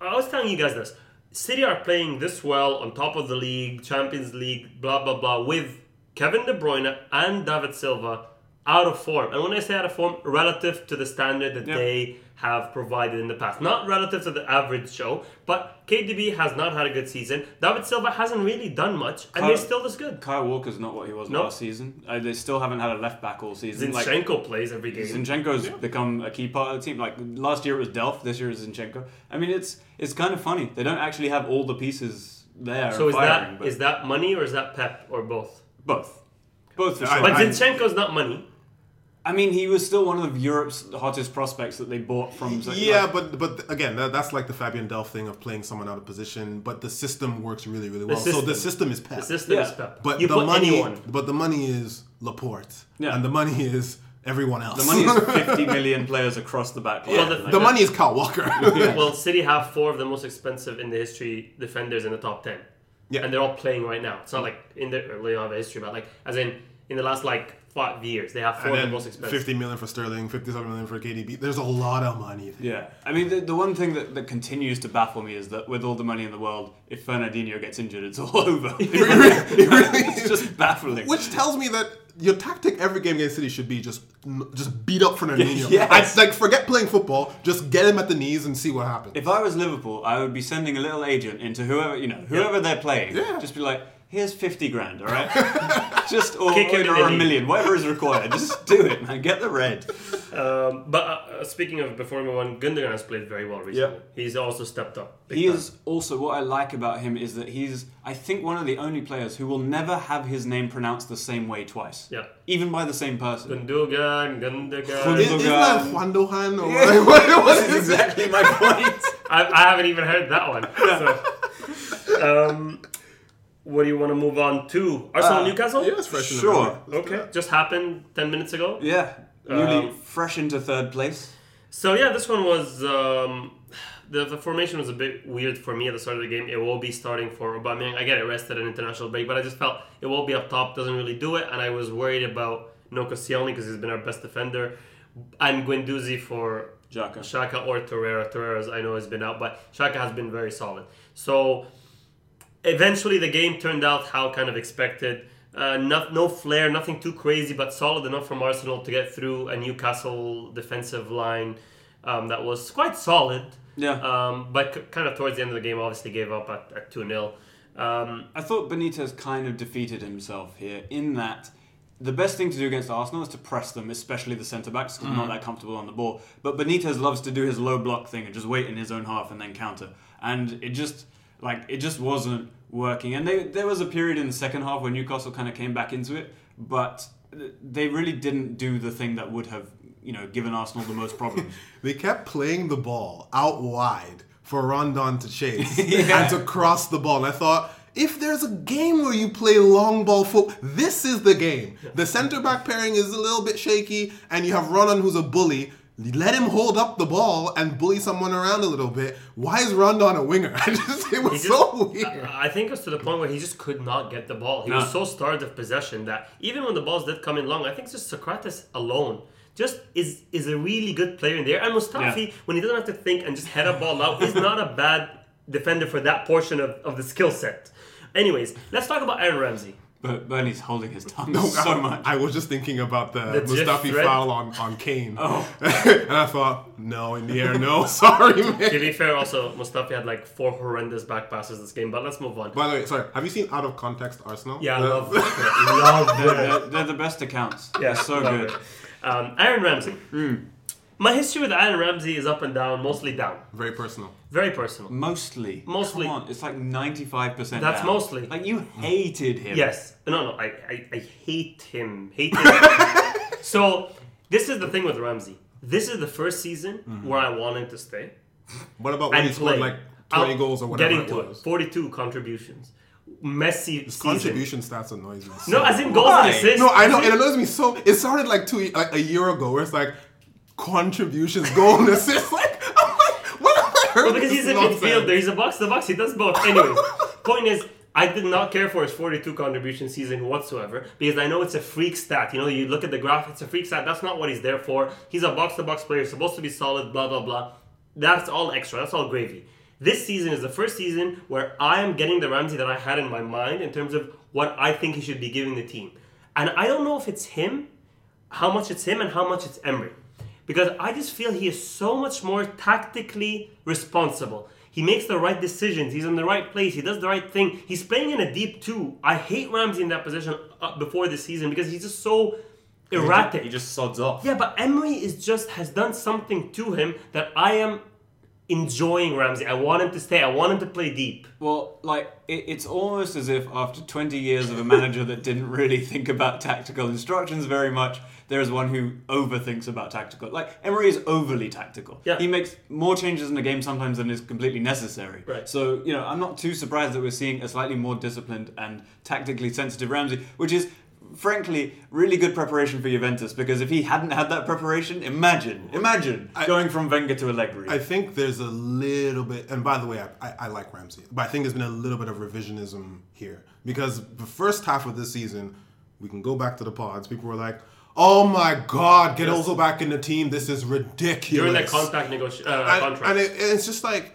Speaker 2: I was telling you guys this. City are playing this well on top of the league, Champions League, blah blah blah, with Kevin De Bruyne and David Silva out of form. And when I say out of form, relative to the standard that
Speaker 1: Yeah.
Speaker 2: they have provided in the past. Not relative to the average show, but KDB has not had a good season. David Silva hasn't really done much, and they're
Speaker 1: Kyle-
Speaker 2: still this good.
Speaker 1: Kyle Walker's not what he was
Speaker 2: Nope.
Speaker 1: last season. Uh, they still haven't had a left back all season.
Speaker 2: Zinchenko plays every game.
Speaker 1: Zinchenko's become a key part of the team. Like last year it was Delph, this year it's Zinchenko. I mean, it's it's kind of funny. They don't actually have all the pieces there.
Speaker 2: So is
Speaker 1: firing,
Speaker 2: that
Speaker 1: but
Speaker 2: is that money or is that Pep or both?
Speaker 1: both? Both. For
Speaker 3: I-
Speaker 1: sure.
Speaker 2: But
Speaker 1: I,
Speaker 2: Zinchenko's not money.
Speaker 1: mean, he was still one of Europe's hottest prospects that they bought from. so,
Speaker 3: yeah,
Speaker 1: like,
Speaker 3: but but again, that, that's like the Fabian Delph thing of playing someone out of position. But the system works really, really well. So the
Speaker 2: system.
Speaker 3: system is Pep.
Speaker 2: The system is
Speaker 1: Yeah.
Speaker 2: Pep.
Speaker 3: But
Speaker 2: you
Speaker 3: the
Speaker 2: put
Speaker 3: money,
Speaker 2: anyone.
Speaker 3: but the money is Laporte,
Speaker 1: Yeah.
Speaker 3: and the money is everyone else.
Speaker 1: the money is fifty million players across the back line.
Speaker 2: Well, the-
Speaker 1: Like,
Speaker 3: the money is Kyle Walker.
Speaker 2: Well, City have four of the most expensive in the history defenders in the top ten.
Speaker 3: Yeah.
Speaker 2: And they're all playing right now. It's not like in the or they don't have a history, but like as in in the last like five years, they have four
Speaker 3: And
Speaker 2: of the
Speaker 3: then
Speaker 2: most expensive.
Speaker 3: Fifty million for Sterling, fifty-seven million for KDB. There's a lot of money. There.
Speaker 1: Yeah, I mean the, the one thing that, that continues to baffle me is that with all the money in the world, if Fernandinho gets injured, it's all over. it's just baffling.
Speaker 3: Which tells me that your tactic every game against City should be just just beat up Fernandinho.
Speaker 1: Yes.
Speaker 3: I, like forget playing football, just get him at the knees and see what happens.
Speaker 1: If I was Liverpool, I would be sending a little agent into whoever you know, whoever they're playing.
Speaker 3: Yeah.
Speaker 1: Just be like, here's fifty grand, all right? just or,
Speaker 2: Kick him in
Speaker 1: or,
Speaker 2: the
Speaker 1: a
Speaker 2: knee.
Speaker 1: million, whatever is required. just do it, man. Get the red.
Speaker 2: Um, but uh, uh, speaking of before we move on, Gundogan has played very well recently.
Speaker 1: Yeah.
Speaker 2: He's also stepped up. big
Speaker 1: He
Speaker 2: time.
Speaker 1: is also what I like about him is that he's I think one of the only players who will never have his name pronounced the same way twice.
Speaker 2: Yeah.
Speaker 1: Even by the same person.
Speaker 2: Gundogan, Gundogan.
Speaker 1: Gundogan.
Speaker 3: Is- Isn't that Juan Dohan or
Speaker 1: Yeah.
Speaker 3: what- what- what
Speaker 1: This is
Speaker 3: is it?
Speaker 1: exactly my point.
Speaker 2: I, I haven't even heard that one. So, um, what do you want to move on to? Arsenal Newcastle?
Speaker 3: Yeah, it's fresh in the
Speaker 1: Ah, Sure.
Speaker 3: memory. Let's do
Speaker 2: Okay.
Speaker 3: that.
Speaker 2: Just happened 10 minutes ago.
Speaker 1: Yeah. Newly
Speaker 2: Um,
Speaker 1: fresh into third place.
Speaker 2: So, yeah, this one was. Um, the, the formation was a bit weird for me at the start of the game. It will be starting for Aubameyang. I get arrested at international break, but I just felt it will be up top, doesn't really do it. And I was worried about Nokosielny because he's been our best defender. And Guendouzi for
Speaker 1: Jaka.
Speaker 2: Shaka or Torreira. Torreira's I know has been out, but Shaka has been very solid. So eventually the game turned out how kind of expected. Uh, no, no flair, nothing too crazy, but solid enough from Arsenal to get through a Newcastle defensive line um, that was quite solid.
Speaker 1: Yeah.
Speaker 2: Um, but c- kind of towards the end of the game, obviously gave up at, at 2 0. Um,
Speaker 1: I thought Benitez kind of defeated himself here in that the best thing to do against Arsenal is to press them, especially the centre backs, because
Speaker 3: Mm-hmm.
Speaker 1: they're not that comfortable on the ball. But Benitez loves to do his low block thing and just wait in his own half and then counter. And it just like it just wasn't working. And they, there was a period in the second half where Newcastle kind of came back into it, but they really didn't do the thing that would have you know given Arsenal the most problems.
Speaker 3: They kept playing the ball out wide for Rondon to chase
Speaker 1: Yeah.
Speaker 3: and to cross the ball. And I thought, if there's a game where you play long ball foot, this is the game. The center back pairing is a little bit shaky, and you have Rondon who's a bully. Let him hold up the ball and bully someone around a little bit. Why is Rondon a winger? I just it was
Speaker 2: He just-
Speaker 3: so weird.
Speaker 2: I I think it was to the point where he just could not get the ball. He
Speaker 1: No.
Speaker 2: was so starved of possession that even when the balls did come in long, I think just Socrates alone just is is a really good player in there. And Mustafi,
Speaker 1: Yeah.
Speaker 2: when he doesn't have to think and just head a ball out, is not a bad defender for that portion of, of the skill set. Anyways, let's talk about Aaron Ramsey.
Speaker 1: but Bernie's holding his tongue so
Speaker 3: I-
Speaker 1: much.
Speaker 3: I was just thinking about the,
Speaker 2: The Oh. GIF
Speaker 3: Mustafi
Speaker 2: thread?
Speaker 3: foul on, on Kane. and I thought, no, in the air, no. Sorry,
Speaker 2: To
Speaker 3: man.
Speaker 2: be fair, also Mustafi had like four horrendous back passes this game, but let's move on.
Speaker 3: By the way, sorry, have you seen Out of Context Arsenal?
Speaker 2: yeah, I
Speaker 3: The-
Speaker 2: love love
Speaker 1: They're, they're, they're the best accounts.
Speaker 2: Yeah,
Speaker 1: they're so
Speaker 2: love
Speaker 1: good.
Speaker 2: it. Um, Aaron Ramsey.
Speaker 3: Hmm.
Speaker 2: My history with Aaron Ramsey is up and down, mostly down.
Speaker 3: Very personal.
Speaker 2: Very personal.
Speaker 1: Mostly.
Speaker 2: Mostly.
Speaker 1: Come on, it's like 95%.
Speaker 2: That's
Speaker 1: down.
Speaker 2: mostly.
Speaker 1: Like, you hated him.
Speaker 2: Yes. No, no, I, I, I hate him. Hate him. so, this is the thing with Ramsey. This is the first season where I want him to stay.
Speaker 3: What about Mm-hmm. when
Speaker 2: and
Speaker 3: he scored
Speaker 2: play.
Speaker 3: like 20
Speaker 2: I'll
Speaker 3: goals or whatever
Speaker 2: Get
Speaker 3: it
Speaker 2: into it.
Speaker 3: was?
Speaker 2: 42 contributions. Messi season.
Speaker 3: Contribution stats annoys me. so
Speaker 2: No, as in goals
Speaker 1: Why?
Speaker 2: and assists.
Speaker 3: No, I know it annoys me so. It started like two, like a year ago, where it's like contributions, goal, and assists. Like, I'm like, what have I heard?
Speaker 2: Well, because
Speaker 3: this
Speaker 2: he's a
Speaker 3: nonsense?
Speaker 2: midfielder, he's a box to box, he does both. Anyways, point is, I did not care for his 42 contribution season whatsoever because I know it's a freak stat. You know, you look at the graph, it's a freak stat. That's not what he's there for. He's a box to box player, supposed to be solid, blah, blah, blah. That's all extra. That's all gravy. This season is the first season where I am getting the Ramsey that I had in my mind in terms of what I think he should be giving the team. And I don't know if it's him, how much it's him, and how much it's Emery. Because I just feel he is so much more tactically responsible. He makes the right decisions. He's in the right place. He does the right thing. He's playing in a deep two. I hate Ramsey in that position uh, before this season because he's just so erratic.
Speaker 1: He just sods off.
Speaker 2: Yeah, but Emery is just has done something to him that I am enjoying Ramsey. I want him to stay. I want him to play deep.
Speaker 1: Well, like it, it's almost as if after 20 years of a manager that didn't really think about tactical instructions very much, there is one who overthinks about tactical. Like Emery is overly tactical.
Speaker 2: Yeah.
Speaker 1: He makes more changes in the game sometimes than is completely necessary.
Speaker 2: Right.
Speaker 1: So you know, I'm not too surprised that we're seeing a slightly more disciplined and tactically sensitive Ramsey, which is. Frankly, really good preparation for Juventus because if he hadn't had that preparation, imagine, imagine
Speaker 3: I-
Speaker 1: going from Wenger to Allegri.
Speaker 3: I think there's a little bit, and by the way, I, I, I like Ramsey, but I think there's been a little bit of revisionism here because the first half of this season, we can go back to the pods. People were like, "Oh my God, get Ozil back in the team. This is ridiculous."
Speaker 2: During that contract negotiation, uh,
Speaker 3: and,
Speaker 2: contract.
Speaker 3: and it, and it's just like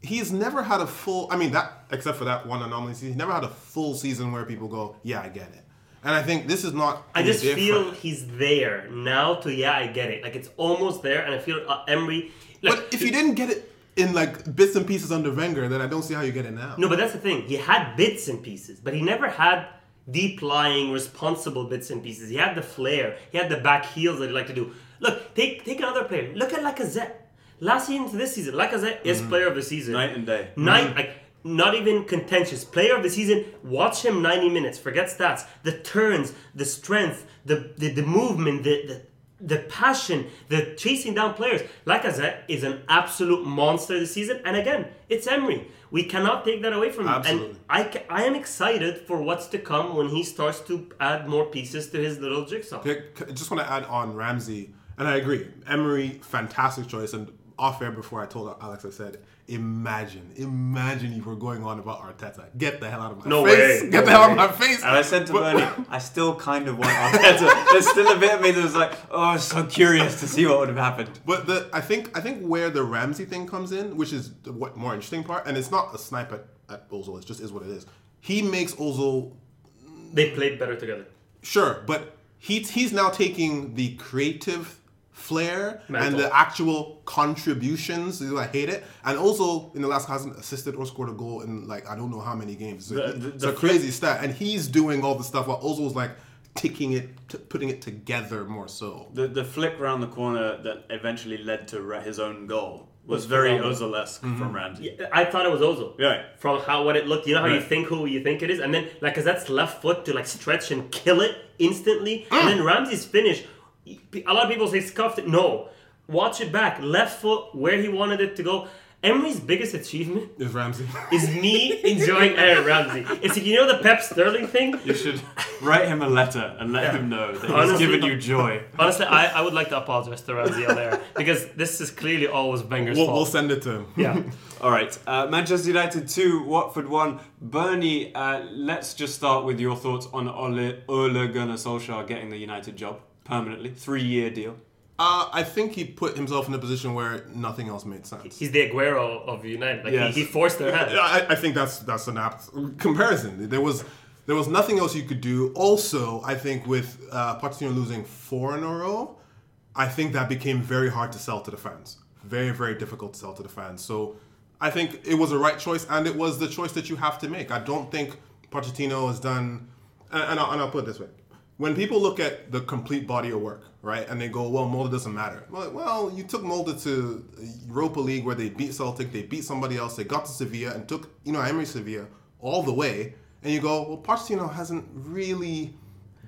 Speaker 3: he's never had a full. I mean, that except for that one anomaly season, he never had a full season where people go, "Yeah, I get it." And I think this is not.
Speaker 2: I
Speaker 3: any
Speaker 2: just
Speaker 3: different.
Speaker 2: feel he's there now. To yeah, I get it. Like it's almost there, and I feel uh, Emery. Like,
Speaker 3: But if you didn't get it in like bits and pieces under Wenger, then I don't see how you get it now.
Speaker 2: No, but that's the thing. He had bits and pieces, but he never had deep lying, responsible bits and pieces. He had the flair. He had the back heels that he liked to do. Look, take take another player. Look at Lacazette. Last season to this season, Lacazette is player of the season.
Speaker 1: Night and day.
Speaker 2: Night, like not even contentious. Player of the season. Watch him ninety minutes. Forget stats. The turns, the strength, the the, the movement, the. the the passion, the chasing down players. Lacazette is an absolute monster this season. And again, it's Emery. We cannot take that away from him.
Speaker 3: Absolutely.
Speaker 2: And I, ca- I am excited for what's to come when he starts to add more pieces to his little jigsaw.
Speaker 3: I just want to add on Ramsey, and I agree. Emery, fantastic choice. And off air before I told Alex, I said, imagine, imagine you were going on about Arteta. Get the hell out of my
Speaker 2: No
Speaker 3: face.
Speaker 2: way.
Speaker 3: Get
Speaker 2: No
Speaker 3: the hell out of
Speaker 2: way.
Speaker 3: my face.
Speaker 1: And I said to
Speaker 3: But-
Speaker 1: Bernie, I still kind of want Arteta. There's still a bit of me that was like, oh, I was so curious to see what would have happened.
Speaker 3: But the I think I think where the Ramsey thing comes in, which is the what more interesting part, and it's not a snipe at, at Ozil. It just is what it is. He makes Ozil
Speaker 2: They played better together.
Speaker 3: Sure, but he's he's now taking the creative flair
Speaker 2: Mental.
Speaker 3: and the actual contributions. you know, I hate it, and also in the last hasn't assisted or scored a goal in like I don't know how many games. So
Speaker 2: The- the-
Speaker 3: it's
Speaker 2: the
Speaker 3: a crazy stat, and he's doing all the stuff while Ozil's like taking it, t- putting it together more so.
Speaker 1: The, the flick round the corner Uh, that eventually led to Ra- his own goal was very Ozil esque from Ramsey.
Speaker 2: I thought it was Ozil.
Speaker 1: Yeah.
Speaker 2: From how what it looked, you know how you
Speaker 1: Right.
Speaker 2: think who you think it is, and then like because that's left foot to like stretch and kill it instantly, and then Ramsey's finish. A lot of people say scuffed it. No, watch it back. Left foot where he wanted it to go. Emery's biggest achievement
Speaker 3: Is Ramsey?
Speaker 2: is me enjoying Aaron Ramsey. It's like you know the Pep Sterling thing.
Speaker 1: You should write him a letter and let him know that he's
Speaker 2: Honestly,
Speaker 1: given you joy.
Speaker 2: Honestly, I, I would like to apologize to Ramsey on there because this is clearly always Wenger's
Speaker 3: we'll,
Speaker 2: fault.
Speaker 3: we'll send it to him.
Speaker 2: yeah.
Speaker 1: All right, uh, Manchester United 2, Watford 1. Bernie, uh, let's just start with your thoughts on Ole, Ole Gunnar Solskjaer getting the United job permanently. Three year deal.
Speaker 3: Uh, I think he put himself in a position where nothing else made sense.
Speaker 2: He's the Aguero of United. Like
Speaker 1: Yes.
Speaker 2: he, he forced their hand.
Speaker 3: I, I think that's that's an apt comparison. There was there was nothing else you could do. Also, I think with uh, Pochettino losing four in a row, I think that became very hard to sell to the fans. Very very difficult to sell to the fans. So I think it was the right choice, and it was the choice that you have to make. I don't think Pochettino has done, and, and, I'll, and I'll put it this way. When people look at the complete body of work, right, and they go, "Well, Molde doesn't matter." Well, well, you took Molde to Europa League where they beat Celtic, they beat somebody else, they got to Sevilla and took you know Emery Sevilla all the way, and you go, "Well, Pochettino hasn't really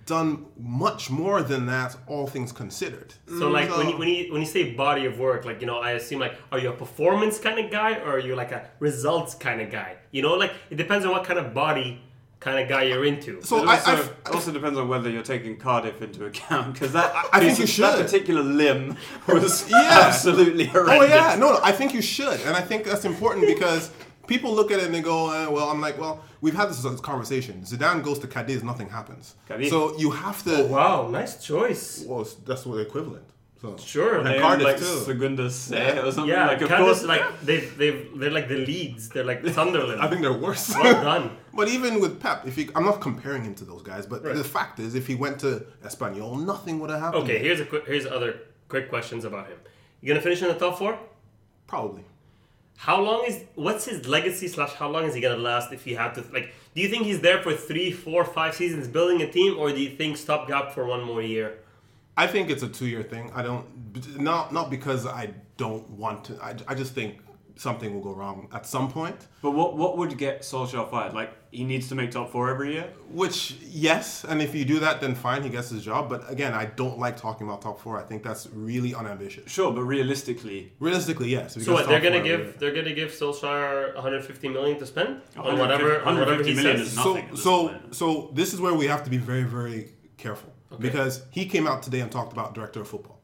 Speaker 3: done much more than that, all things considered."
Speaker 1: Mm.
Speaker 2: So like when you, when you when you say body of work, like you know, I assume like are you a performance kind of guy or are you like a results kind of guy? You know, like it depends on what kind of body kind of guy you're into.
Speaker 3: so
Speaker 1: It
Speaker 3: I,
Speaker 1: also,
Speaker 3: I've-
Speaker 1: it also depends on whether you're taking Cardiff into account because that
Speaker 3: I
Speaker 1: piece
Speaker 3: think you
Speaker 1: of- that
Speaker 3: should.
Speaker 1: particular limb was
Speaker 3: Yeah.
Speaker 1: absolutely horrendous.
Speaker 3: Oh yeah, no, no, I think you should, and I think that's important because people look at it and they go, eh, well, I'm like, well, we've had this conversation. Zidane goes to Cadiz, nothing happens.
Speaker 1: Cadiz.
Speaker 3: So you have to.
Speaker 2: Oh, wow, nice choice.
Speaker 3: Well, it's- that's what the equivalent. So
Speaker 2: Sure.
Speaker 3: And
Speaker 2: They
Speaker 1: They own,
Speaker 3: Cardiff
Speaker 1: like
Speaker 3: too.
Speaker 1: Segunda C or something.
Speaker 2: Yeah,
Speaker 1: like, of
Speaker 2: Cadiz,
Speaker 1: course,
Speaker 2: like they've they've they're like the leads. They're like Sunderland.
Speaker 3: I think they're worse.
Speaker 2: well done.
Speaker 3: But even with Pep, if he, I'm not comparing him to those guys, but
Speaker 2: Right.
Speaker 3: the fact is, if he went to Espanol, nothing would have happened.
Speaker 2: Okay, here's a quick, here's other quick questions about him. You gonna finish in the top four?
Speaker 3: probably.
Speaker 2: How long is what's his legacy slash how long is he gonna last if he had to like do you think he's there for three, four, five seasons building a team or do you think stopgap for one more year?
Speaker 3: I think it's a two-year thing. I don't not not because I don't want to. I, I just think something will go wrong at some point.
Speaker 1: But what what would get Solskjaer fired? Like he needs to make top four every year.
Speaker 3: Which yes, and if you do that, then fine, he gets his job. But again, I don't like talking about top four. I think that's really unambitious.
Speaker 1: Sure, but realistically,
Speaker 3: Realistically, yes.
Speaker 2: So what they're gonna give
Speaker 3: give.
Speaker 2: they're gonna give Solskjaer 150 million to spend on
Speaker 1: 150
Speaker 2: whatever on whatever
Speaker 1: 150
Speaker 2: he
Speaker 1: Oh, million
Speaker 2: says.
Speaker 1: is not- nothing at this
Speaker 3: So, so,
Speaker 1: point.
Speaker 3: so this is where we have to be very, very careful because he came out today and talked about director of football.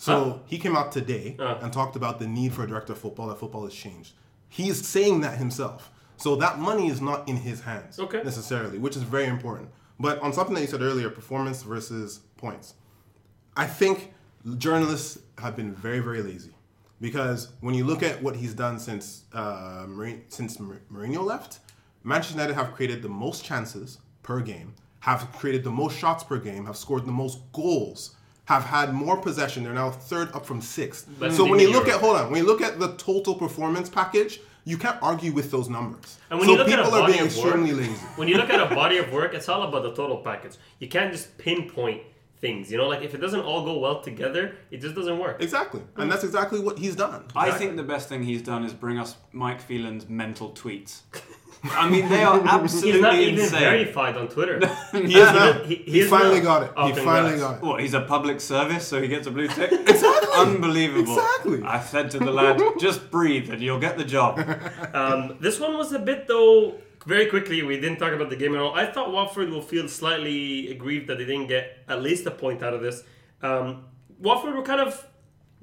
Speaker 3: So he came out today
Speaker 2: Uh.
Speaker 3: and talked about the need for a director of football. That football has changed. He is saying that himself. So that money is not in his hands
Speaker 2: Okay.
Speaker 3: necessarily, which is very important. But on something that you said earlier, performance versus points. I think journalists have been very, very lazy because when you look at what he's done since uh, Mourin- since Mou- Mourinho left, Manchester United have created the most chances per game, have created the most shots per game, have scored the most goals, have had more possession. They're now third up from sixth.
Speaker 2: Best
Speaker 3: so
Speaker 2: team
Speaker 3: when
Speaker 2: in
Speaker 3: you look
Speaker 2: Europe.
Speaker 3: at hold on, when you look at the total performance package, you can't argue with those numbers.
Speaker 2: And when
Speaker 3: so
Speaker 2: you look at a
Speaker 3: people are
Speaker 2: body
Speaker 3: being
Speaker 2: of work-
Speaker 3: extremely lazy.
Speaker 2: when you look at a body of work, it's all about the total package. You can't just pinpoint things. You know, like if it doesn't all go well together, it just doesn't work.
Speaker 3: Exactly, and that's exactly what he's done.
Speaker 1: I think the best thing he's done is bring us Mike Phelan's mental tweets. I mean, they are absolutely
Speaker 2: He's not even
Speaker 1: insane.
Speaker 2: verified on Twitter.
Speaker 1: He
Speaker 3: He's
Speaker 1: is
Speaker 3: done it.
Speaker 2: he- he
Speaker 3: he
Speaker 2: is
Speaker 3: finally
Speaker 2: not-
Speaker 3: got it.
Speaker 2: Oh,
Speaker 3: he
Speaker 2: congrats.
Speaker 3: finally got it.
Speaker 1: What, he's a public service, so he gets a blue tick? exactly. Unbelievable.
Speaker 3: Exactly.
Speaker 1: I said to the lad, just breathe and you'll get the job.
Speaker 2: Um, this one was a bit though. Very quickly, we didn't talk about the game at all. I thought Watford will feel slightly aggrieved that they didn't get at least a point out of this. Um, Watford were kind of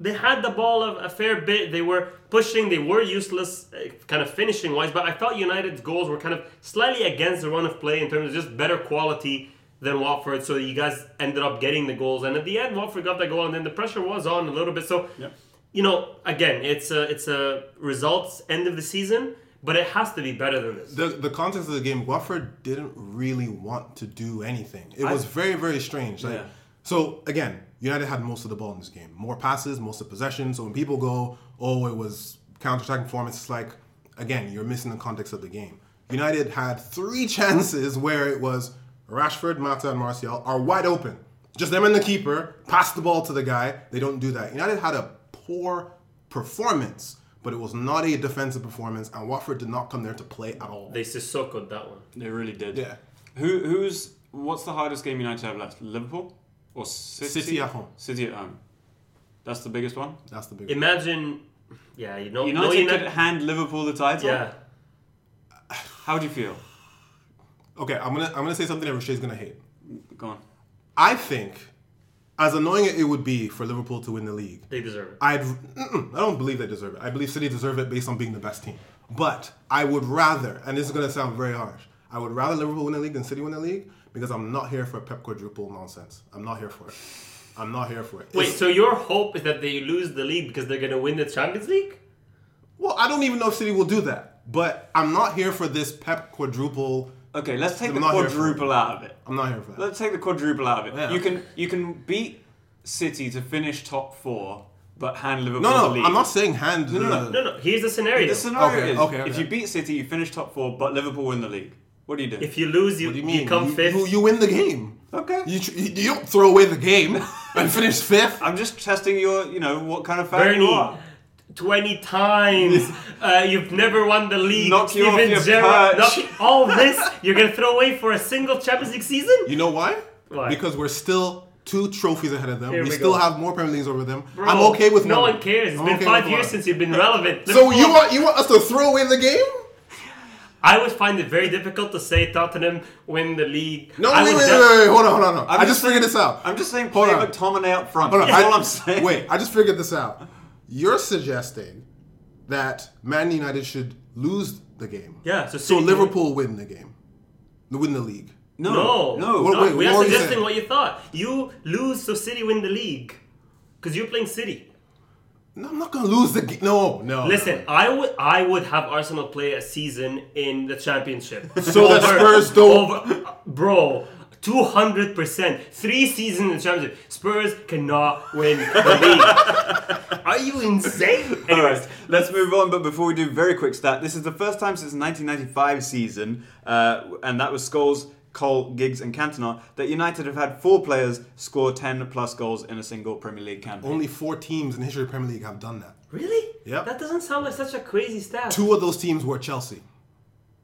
Speaker 2: they had the ball a, a fair bit. They were pushing. They were useless, uh, kind of finishing wise. But I felt United's goals were kind of slightly against the run of play in terms of just better quality than Watford. So you guys ended up getting the goals, and at the end, Watford got that goal, and then the pressure was on a little bit. So you know, again, it's a it's a results end of the season, but it has to be better than this.
Speaker 3: The, the context of the game, Watford didn't really want to do anything. It was very, very strange. Like,
Speaker 1: Yeah.
Speaker 3: So, again, United had most of the ball in this game. More passes, most of possession. So when people go, oh, it was counter-attacking performance, it's like, again, you're missing the context of the game. United had three chances where it was Rashford, Mata, and Martial are wide open. Just them and the keeper, pass the ball to the guy. They don't do that. United had a poor performance, but it was not a defensive performance, and Watford did not come there to play at all.
Speaker 2: They Sissoko'd that one.
Speaker 1: they really did.
Speaker 3: Yeah.
Speaker 1: Who, who's, what's the hardest game United have left? Liverpool? Or City?
Speaker 3: City at home.
Speaker 1: City at home. That's the biggest one?
Speaker 3: That's the big.
Speaker 2: Imagine, yeah, you know,
Speaker 1: United
Speaker 2: no,
Speaker 1: could hand Liverpool the title?
Speaker 2: yeah,
Speaker 1: How do you feel?
Speaker 3: okay, I'm gonna I'm gonna say something that Richie's gonna hate.
Speaker 1: Go on.
Speaker 3: I think, as annoying it would be for Liverpool to win the league,
Speaker 2: they deserve it.
Speaker 3: I'd mm-mm, I don't believe they deserve it. I believe City deserve it based on being the best team. But I would rather, and this is gonna sound very harsh, I would rather Liverpool win the league than City win the league because I'm not here for Pep quadruple nonsense. I'm not here for it. I'm not here for it.
Speaker 2: Wait,
Speaker 3: It's-
Speaker 2: so your hope is that they lose the league because they're gonna win the Champions League?
Speaker 3: well, I don't even know if City will do that. But I'm not here for this Pep quadruple.
Speaker 1: Okay, let's take
Speaker 3: I'm
Speaker 1: the
Speaker 3: not here for it.
Speaker 1: quadruple out of it.
Speaker 3: I'm not here for that.
Speaker 1: Let's take the quadruple out of it.
Speaker 3: Yeah.
Speaker 1: You can you can beat City to finish top four, but hand Liverpool the
Speaker 3: no,
Speaker 1: league.
Speaker 3: no, I'm not saying hand. No,
Speaker 2: No, no. Here's the scenario.
Speaker 1: The scenario
Speaker 3: Okay,
Speaker 1: is
Speaker 3: okay, okay.
Speaker 1: if you beat City, you finish top four, but Liverpool win the league. What do you do?
Speaker 2: If you lose, you,
Speaker 3: What do you
Speaker 2: you
Speaker 3: mean?
Speaker 2: come
Speaker 3: you,
Speaker 2: fifth.
Speaker 3: You, you win the game.
Speaker 1: okay,
Speaker 3: You, tr- you you don't throw away the game and finish fifth.
Speaker 1: I'm just testing your you know what kind of fan you
Speaker 2: Bernie,
Speaker 1: are.
Speaker 2: twenty times. uh, you've never won the league.
Speaker 1: Knock you off your
Speaker 2: Gerrard,
Speaker 1: perch.
Speaker 2: knock- all this you're gonna throw away for a single Champions League season?
Speaker 3: You know why?
Speaker 2: Why?
Speaker 3: Because we're still two trophies ahead of them.
Speaker 2: Here
Speaker 3: we,
Speaker 2: we
Speaker 3: still
Speaker 2: go.
Speaker 3: have more Premier Leagues over them.
Speaker 2: Bro,
Speaker 3: I'm okay with
Speaker 2: No
Speaker 3: one.
Speaker 2: one cares. It's
Speaker 3: I'm
Speaker 2: been
Speaker 3: okay
Speaker 2: five
Speaker 3: with
Speaker 2: years
Speaker 3: one.
Speaker 2: since you've been relevant.
Speaker 3: So
Speaker 2: Liverpool-
Speaker 3: you want you want us to throw away the game?
Speaker 2: I would find it very difficult to say Tottenham win the league.
Speaker 3: No,
Speaker 2: I
Speaker 3: wait,
Speaker 2: would
Speaker 3: wait,
Speaker 2: def-
Speaker 3: wait, wait, wait, hold on, hold on, hold on. i
Speaker 1: just
Speaker 3: just figured this out.
Speaker 1: I'm just saying
Speaker 3: Hold
Speaker 1: play
Speaker 3: on.
Speaker 1: McTominay up front.
Speaker 3: Hold on,
Speaker 1: That's
Speaker 3: I-
Speaker 1: all I'm saying.
Speaker 3: Wait, I just figured this out. You're suggesting that Man United should lose the game.
Speaker 2: Yeah, so,
Speaker 3: So
Speaker 2: City-
Speaker 3: Liverpool win the game. They win the league.
Speaker 2: No,
Speaker 1: No,
Speaker 3: What-
Speaker 2: no,
Speaker 3: wait,
Speaker 2: we
Speaker 3: what
Speaker 2: are
Speaker 3: were you
Speaker 2: suggesting
Speaker 3: saying?
Speaker 2: what you thought. You lose, so City win the league because you're playing City.
Speaker 3: No, I'm not gonna lose the game. No, no.
Speaker 2: Listen, I would I would have Arsenal play a season in the championship.
Speaker 3: So that Spurs don't-
Speaker 2: over- bro. Two hundred percent, three seasons in the championship. Spurs cannot win the league. Are you insane?
Speaker 1: All
Speaker 2: Anyways,
Speaker 1: right, let's move on. But before we do, very quick stat. This is the first time since 1995 season, uh, and that was Scholes, Cole, Giggs, and Cantona, that United have had four players score 10 plus goals in a single Premier League campaign.
Speaker 3: Only four teams in the history of the Premier League have done that.
Speaker 2: really?
Speaker 3: Yep.
Speaker 2: That doesn't sound like such a crazy stat.
Speaker 3: Two of those teams were Chelsea.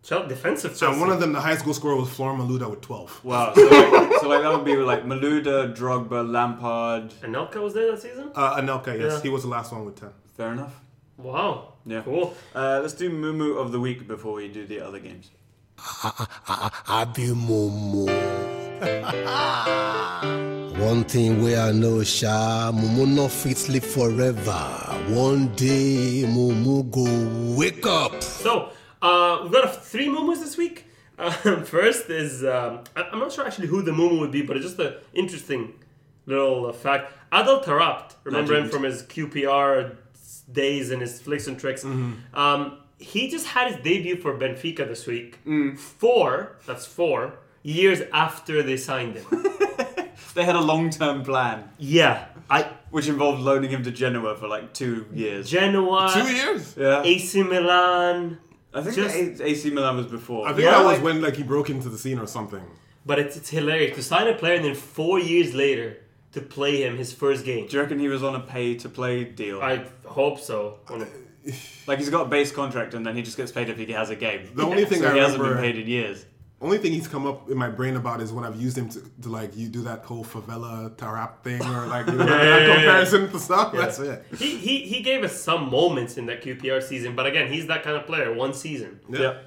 Speaker 2: Chel- defensive.
Speaker 3: And one of them, the highest goal scorer was Florian Maluda with 12.
Speaker 1: Wow. So like, so like that would be like Maluda, Drogba, Lampard.
Speaker 2: Anelka was there that season.
Speaker 3: Uh, Anelka, yes.
Speaker 2: Yeah.
Speaker 3: He was the last one with 10.
Speaker 1: Fair enough.
Speaker 2: Wow.
Speaker 1: Yeah.
Speaker 2: Cool.
Speaker 1: Uh, let's do Mumu of the week before we do the other games.
Speaker 4: Happy Momo. One thing where I know, Sha, Momo not fit sleep forever. One day, Momo go wake up.
Speaker 2: So uh, we've got a, three mumus this week. Um, first is um, I, I'm not sure actually who the mumu would be, but it's just an interesting little uh, fact. Adel Tarapt, remember him
Speaker 1: Legend.
Speaker 2: from his QPR days and his flicks and tricks.
Speaker 3: Mm-hmm.
Speaker 2: Um, he just had his debut for Benfica this week.
Speaker 3: Mm.
Speaker 2: Four, that's four years after they signed him.
Speaker 1: They had a long-term plan,
Speaker 2: yeah, I
Speaker 1: which involved loaning him to Genoa for like two years.
Speaker 2: Genoa,
Speaker 3: Two years?
Speaker 1: yeah.
Speaker 2: AC Milan.
Speaker 1: I think
Speaker 2: Just-
Speaker 1: the A- AC Milan was before.
Speaker 3: I think
Speaker 2: Yeah,
Speaker 3: that was
Speaker 2: like-
Speaker 3: when like he broke into the scene or something.
Speaker 2: But it's, it's hilarious to sign a player and then four years later to play him his first game.
Speaker 1: Do you reckon he was on a pay-to-play deal?
Speaker 2: I hope so.
Speaker 1: Like he's got a base contract and then he just gets paid if he has a game.
Speaker 3: The only thing
Speaker 1: so
Speaker 3: I
Speaker 1: he hasn't been
Speaker 3: remember-
Speaker 1: paid in years.
Speaker 3: Only thing he's come up in my brain about is when I've used him to, to like you do that whole favela tarap thing or like you know, that comparison to stuff. That's it.
Speaker 2: He, he he gave us some moments in that QPR season, but again, he's that kind of player. One season.
Speaker 1: Yeah.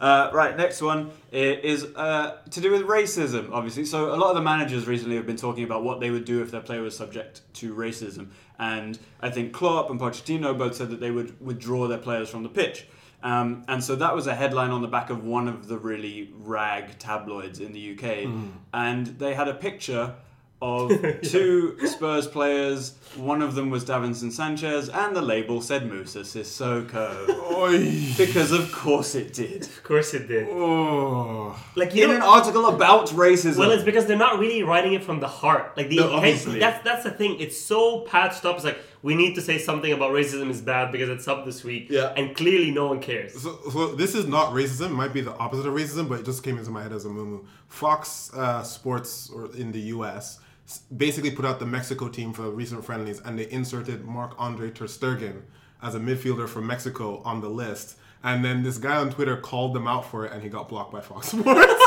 Speaker 1: Uh, right, next one i- is uh, to do with racism, obviously. So, a lot of the managers recently have been talking about what they would do if their player was subject to racism. And I think Klopp and Pochettino both said that they would withdraw their players from the pitch. Um, and so that was a headline on the back of one of the really rag tabloids in the UK. And they had a picture of two Spurs players. One of them was Davinson Sanchez, and the label said Musa Sissoko.
Speaker 3: Oy.
Speaker 1: because, of course, it did.
Speaker 2: Of course it did.
Speaker 3: Oh.
Speaker 2: Like you
Speaker 1: in an
Speaker 2: know,
Speaker 1: article about racism.
Speaker 2: well, it's because they're not really writing it from the heart. Like the
Speaker 1: No,
Speaker 2: intent-
Speaker 1: obviously.
Speaker 2: That's that's the thing. It's so patched up. It's like we need to say something about racism is bad because it's up this week.
Speaker 1: Yeah.
Speaker 2: And clearly, no one cares.
Speaker 3: So, so this is not racism. It might be the opposite of racism, but it just came into my head as a mumu. Fox uh, Sports or in the U.S. s- basically put out the Mexico team for the recent friendlies, and they inserted Mark Andre Ter Stegen as a midfielder from Mexico on the list. And then this guy on Twitter called them out for it, and he got blocked by Fox Sports.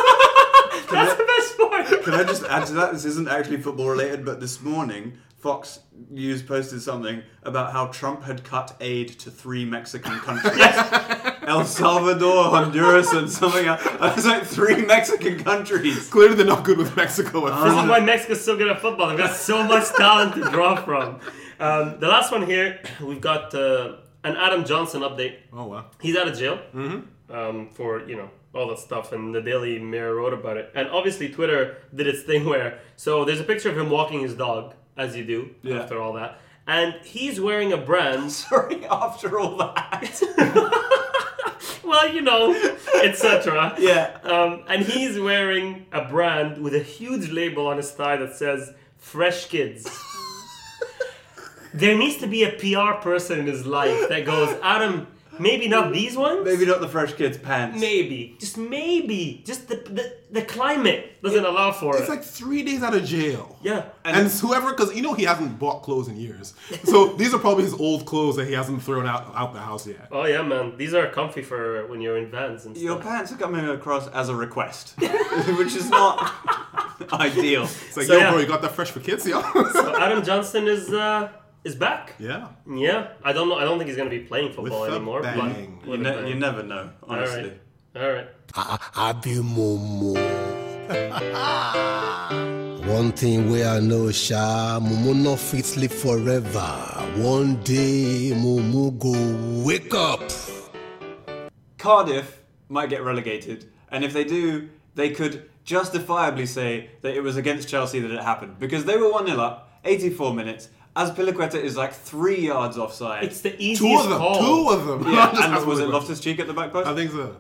Speaker 2: That's the best part.
Speaker 1: Can I just add to that? This isn't actually football related, but this morning Fox News posted something about how Trump had cut aid to three Mexican countries. El Salvador, Honduras, and something else. I was like, three Mexican countries.
Speaker 3: Clearly, they're not good with Mexico. At
Speaker 2: This is
Speaker 3: first.
Speaker 2: why Mexico's so good at football. They've got so much talent to draw from. Um, the last one here, we've got uh, an Adam Johnson update.
Speaker 3: Oh wow. Mm-hmm.
Speaker 2: He's out of jail um, for you know all that stuff, and the Daily Mirror wrote about it. And obviously, Twitter did its thing where so there's a picture of him walking his dog, as you do
Speaker 1: Yeah.
Speaker 2: after all that, and he's wearing a brand.
Speaker 1: Sorry, after all that.
Speaker 2: well, you know, etc.
Speaker 1: Yeah.
Speaker 2: Um, and he's wearing a brand with a huge label on his thigh that says "Fresh Kids." there needs to be a PR person in his life that goes, Adam, maybe not these ones.
Speaker 1: Maybe not the Fresh Kids pants.
Speaker 2: Maybe, just maybe, just the the, the climate doesn't allow for it.
Speaker 3: It's like three days out of jail.
Speaker 2: yeah,
Speaker 3: And, it's whoever, because you know he hasn't bought clothes in years, so these are probably his old clothes that he hasn't thrown out out the house yet.
Speaker 2: oh yeah, man, these are comfy for when you're in vans and
Speaker 1: Your
Speaker 2: stuff.
Speaker 1: pants are coming across as a request, which is not ideal.
Speaker 3: It's like,
Speaker 2: So,
Speaker 3: yo,
Speaker 2: yeah.
Speaker 3: bro, you got that fresh for kids, yo.
Speaker 2: But Adam Johnston is uh, is back.
Speaker 3: yeah.
Speaker 2: Yeah, I don't know. I don't think he's gonna be playing football
Speaker 3: With a
Speaker 2: anymore. but-
Speaker 3: bang.
Speaker 2: With
Speaker 1: You,
Speaker 2: a
Speaker 1: ne-
Speaker 2: bang.
Speaker 1: you never know,
Speaker 2: All
Speaker 1: honestly.
Speaker 2: right, all right.
Speaker 4: Happy Momo. One thing where I know, Sha, Momo not fit sleep forever. One day, Momo go wake up.
Speaker 1: Cardiff might get relegated, and if they do, they could justifiably say that it was against Chelsea that it happened because they were one 0 up, 84 minutes. As Piliqueta is like three yards offside.
Speaker 2: It's the easiest
Speaker 3: Two of them.
Speaker 2: call.
Speaker 3: Two of them.
Speaker 1: yeah,
Speaker 3: Just
Speaker 1: and was it
Speaker 3: Azpilicueta.
Speaker 1: Loftus Cheek at the back post?
Speaker 3: I think so.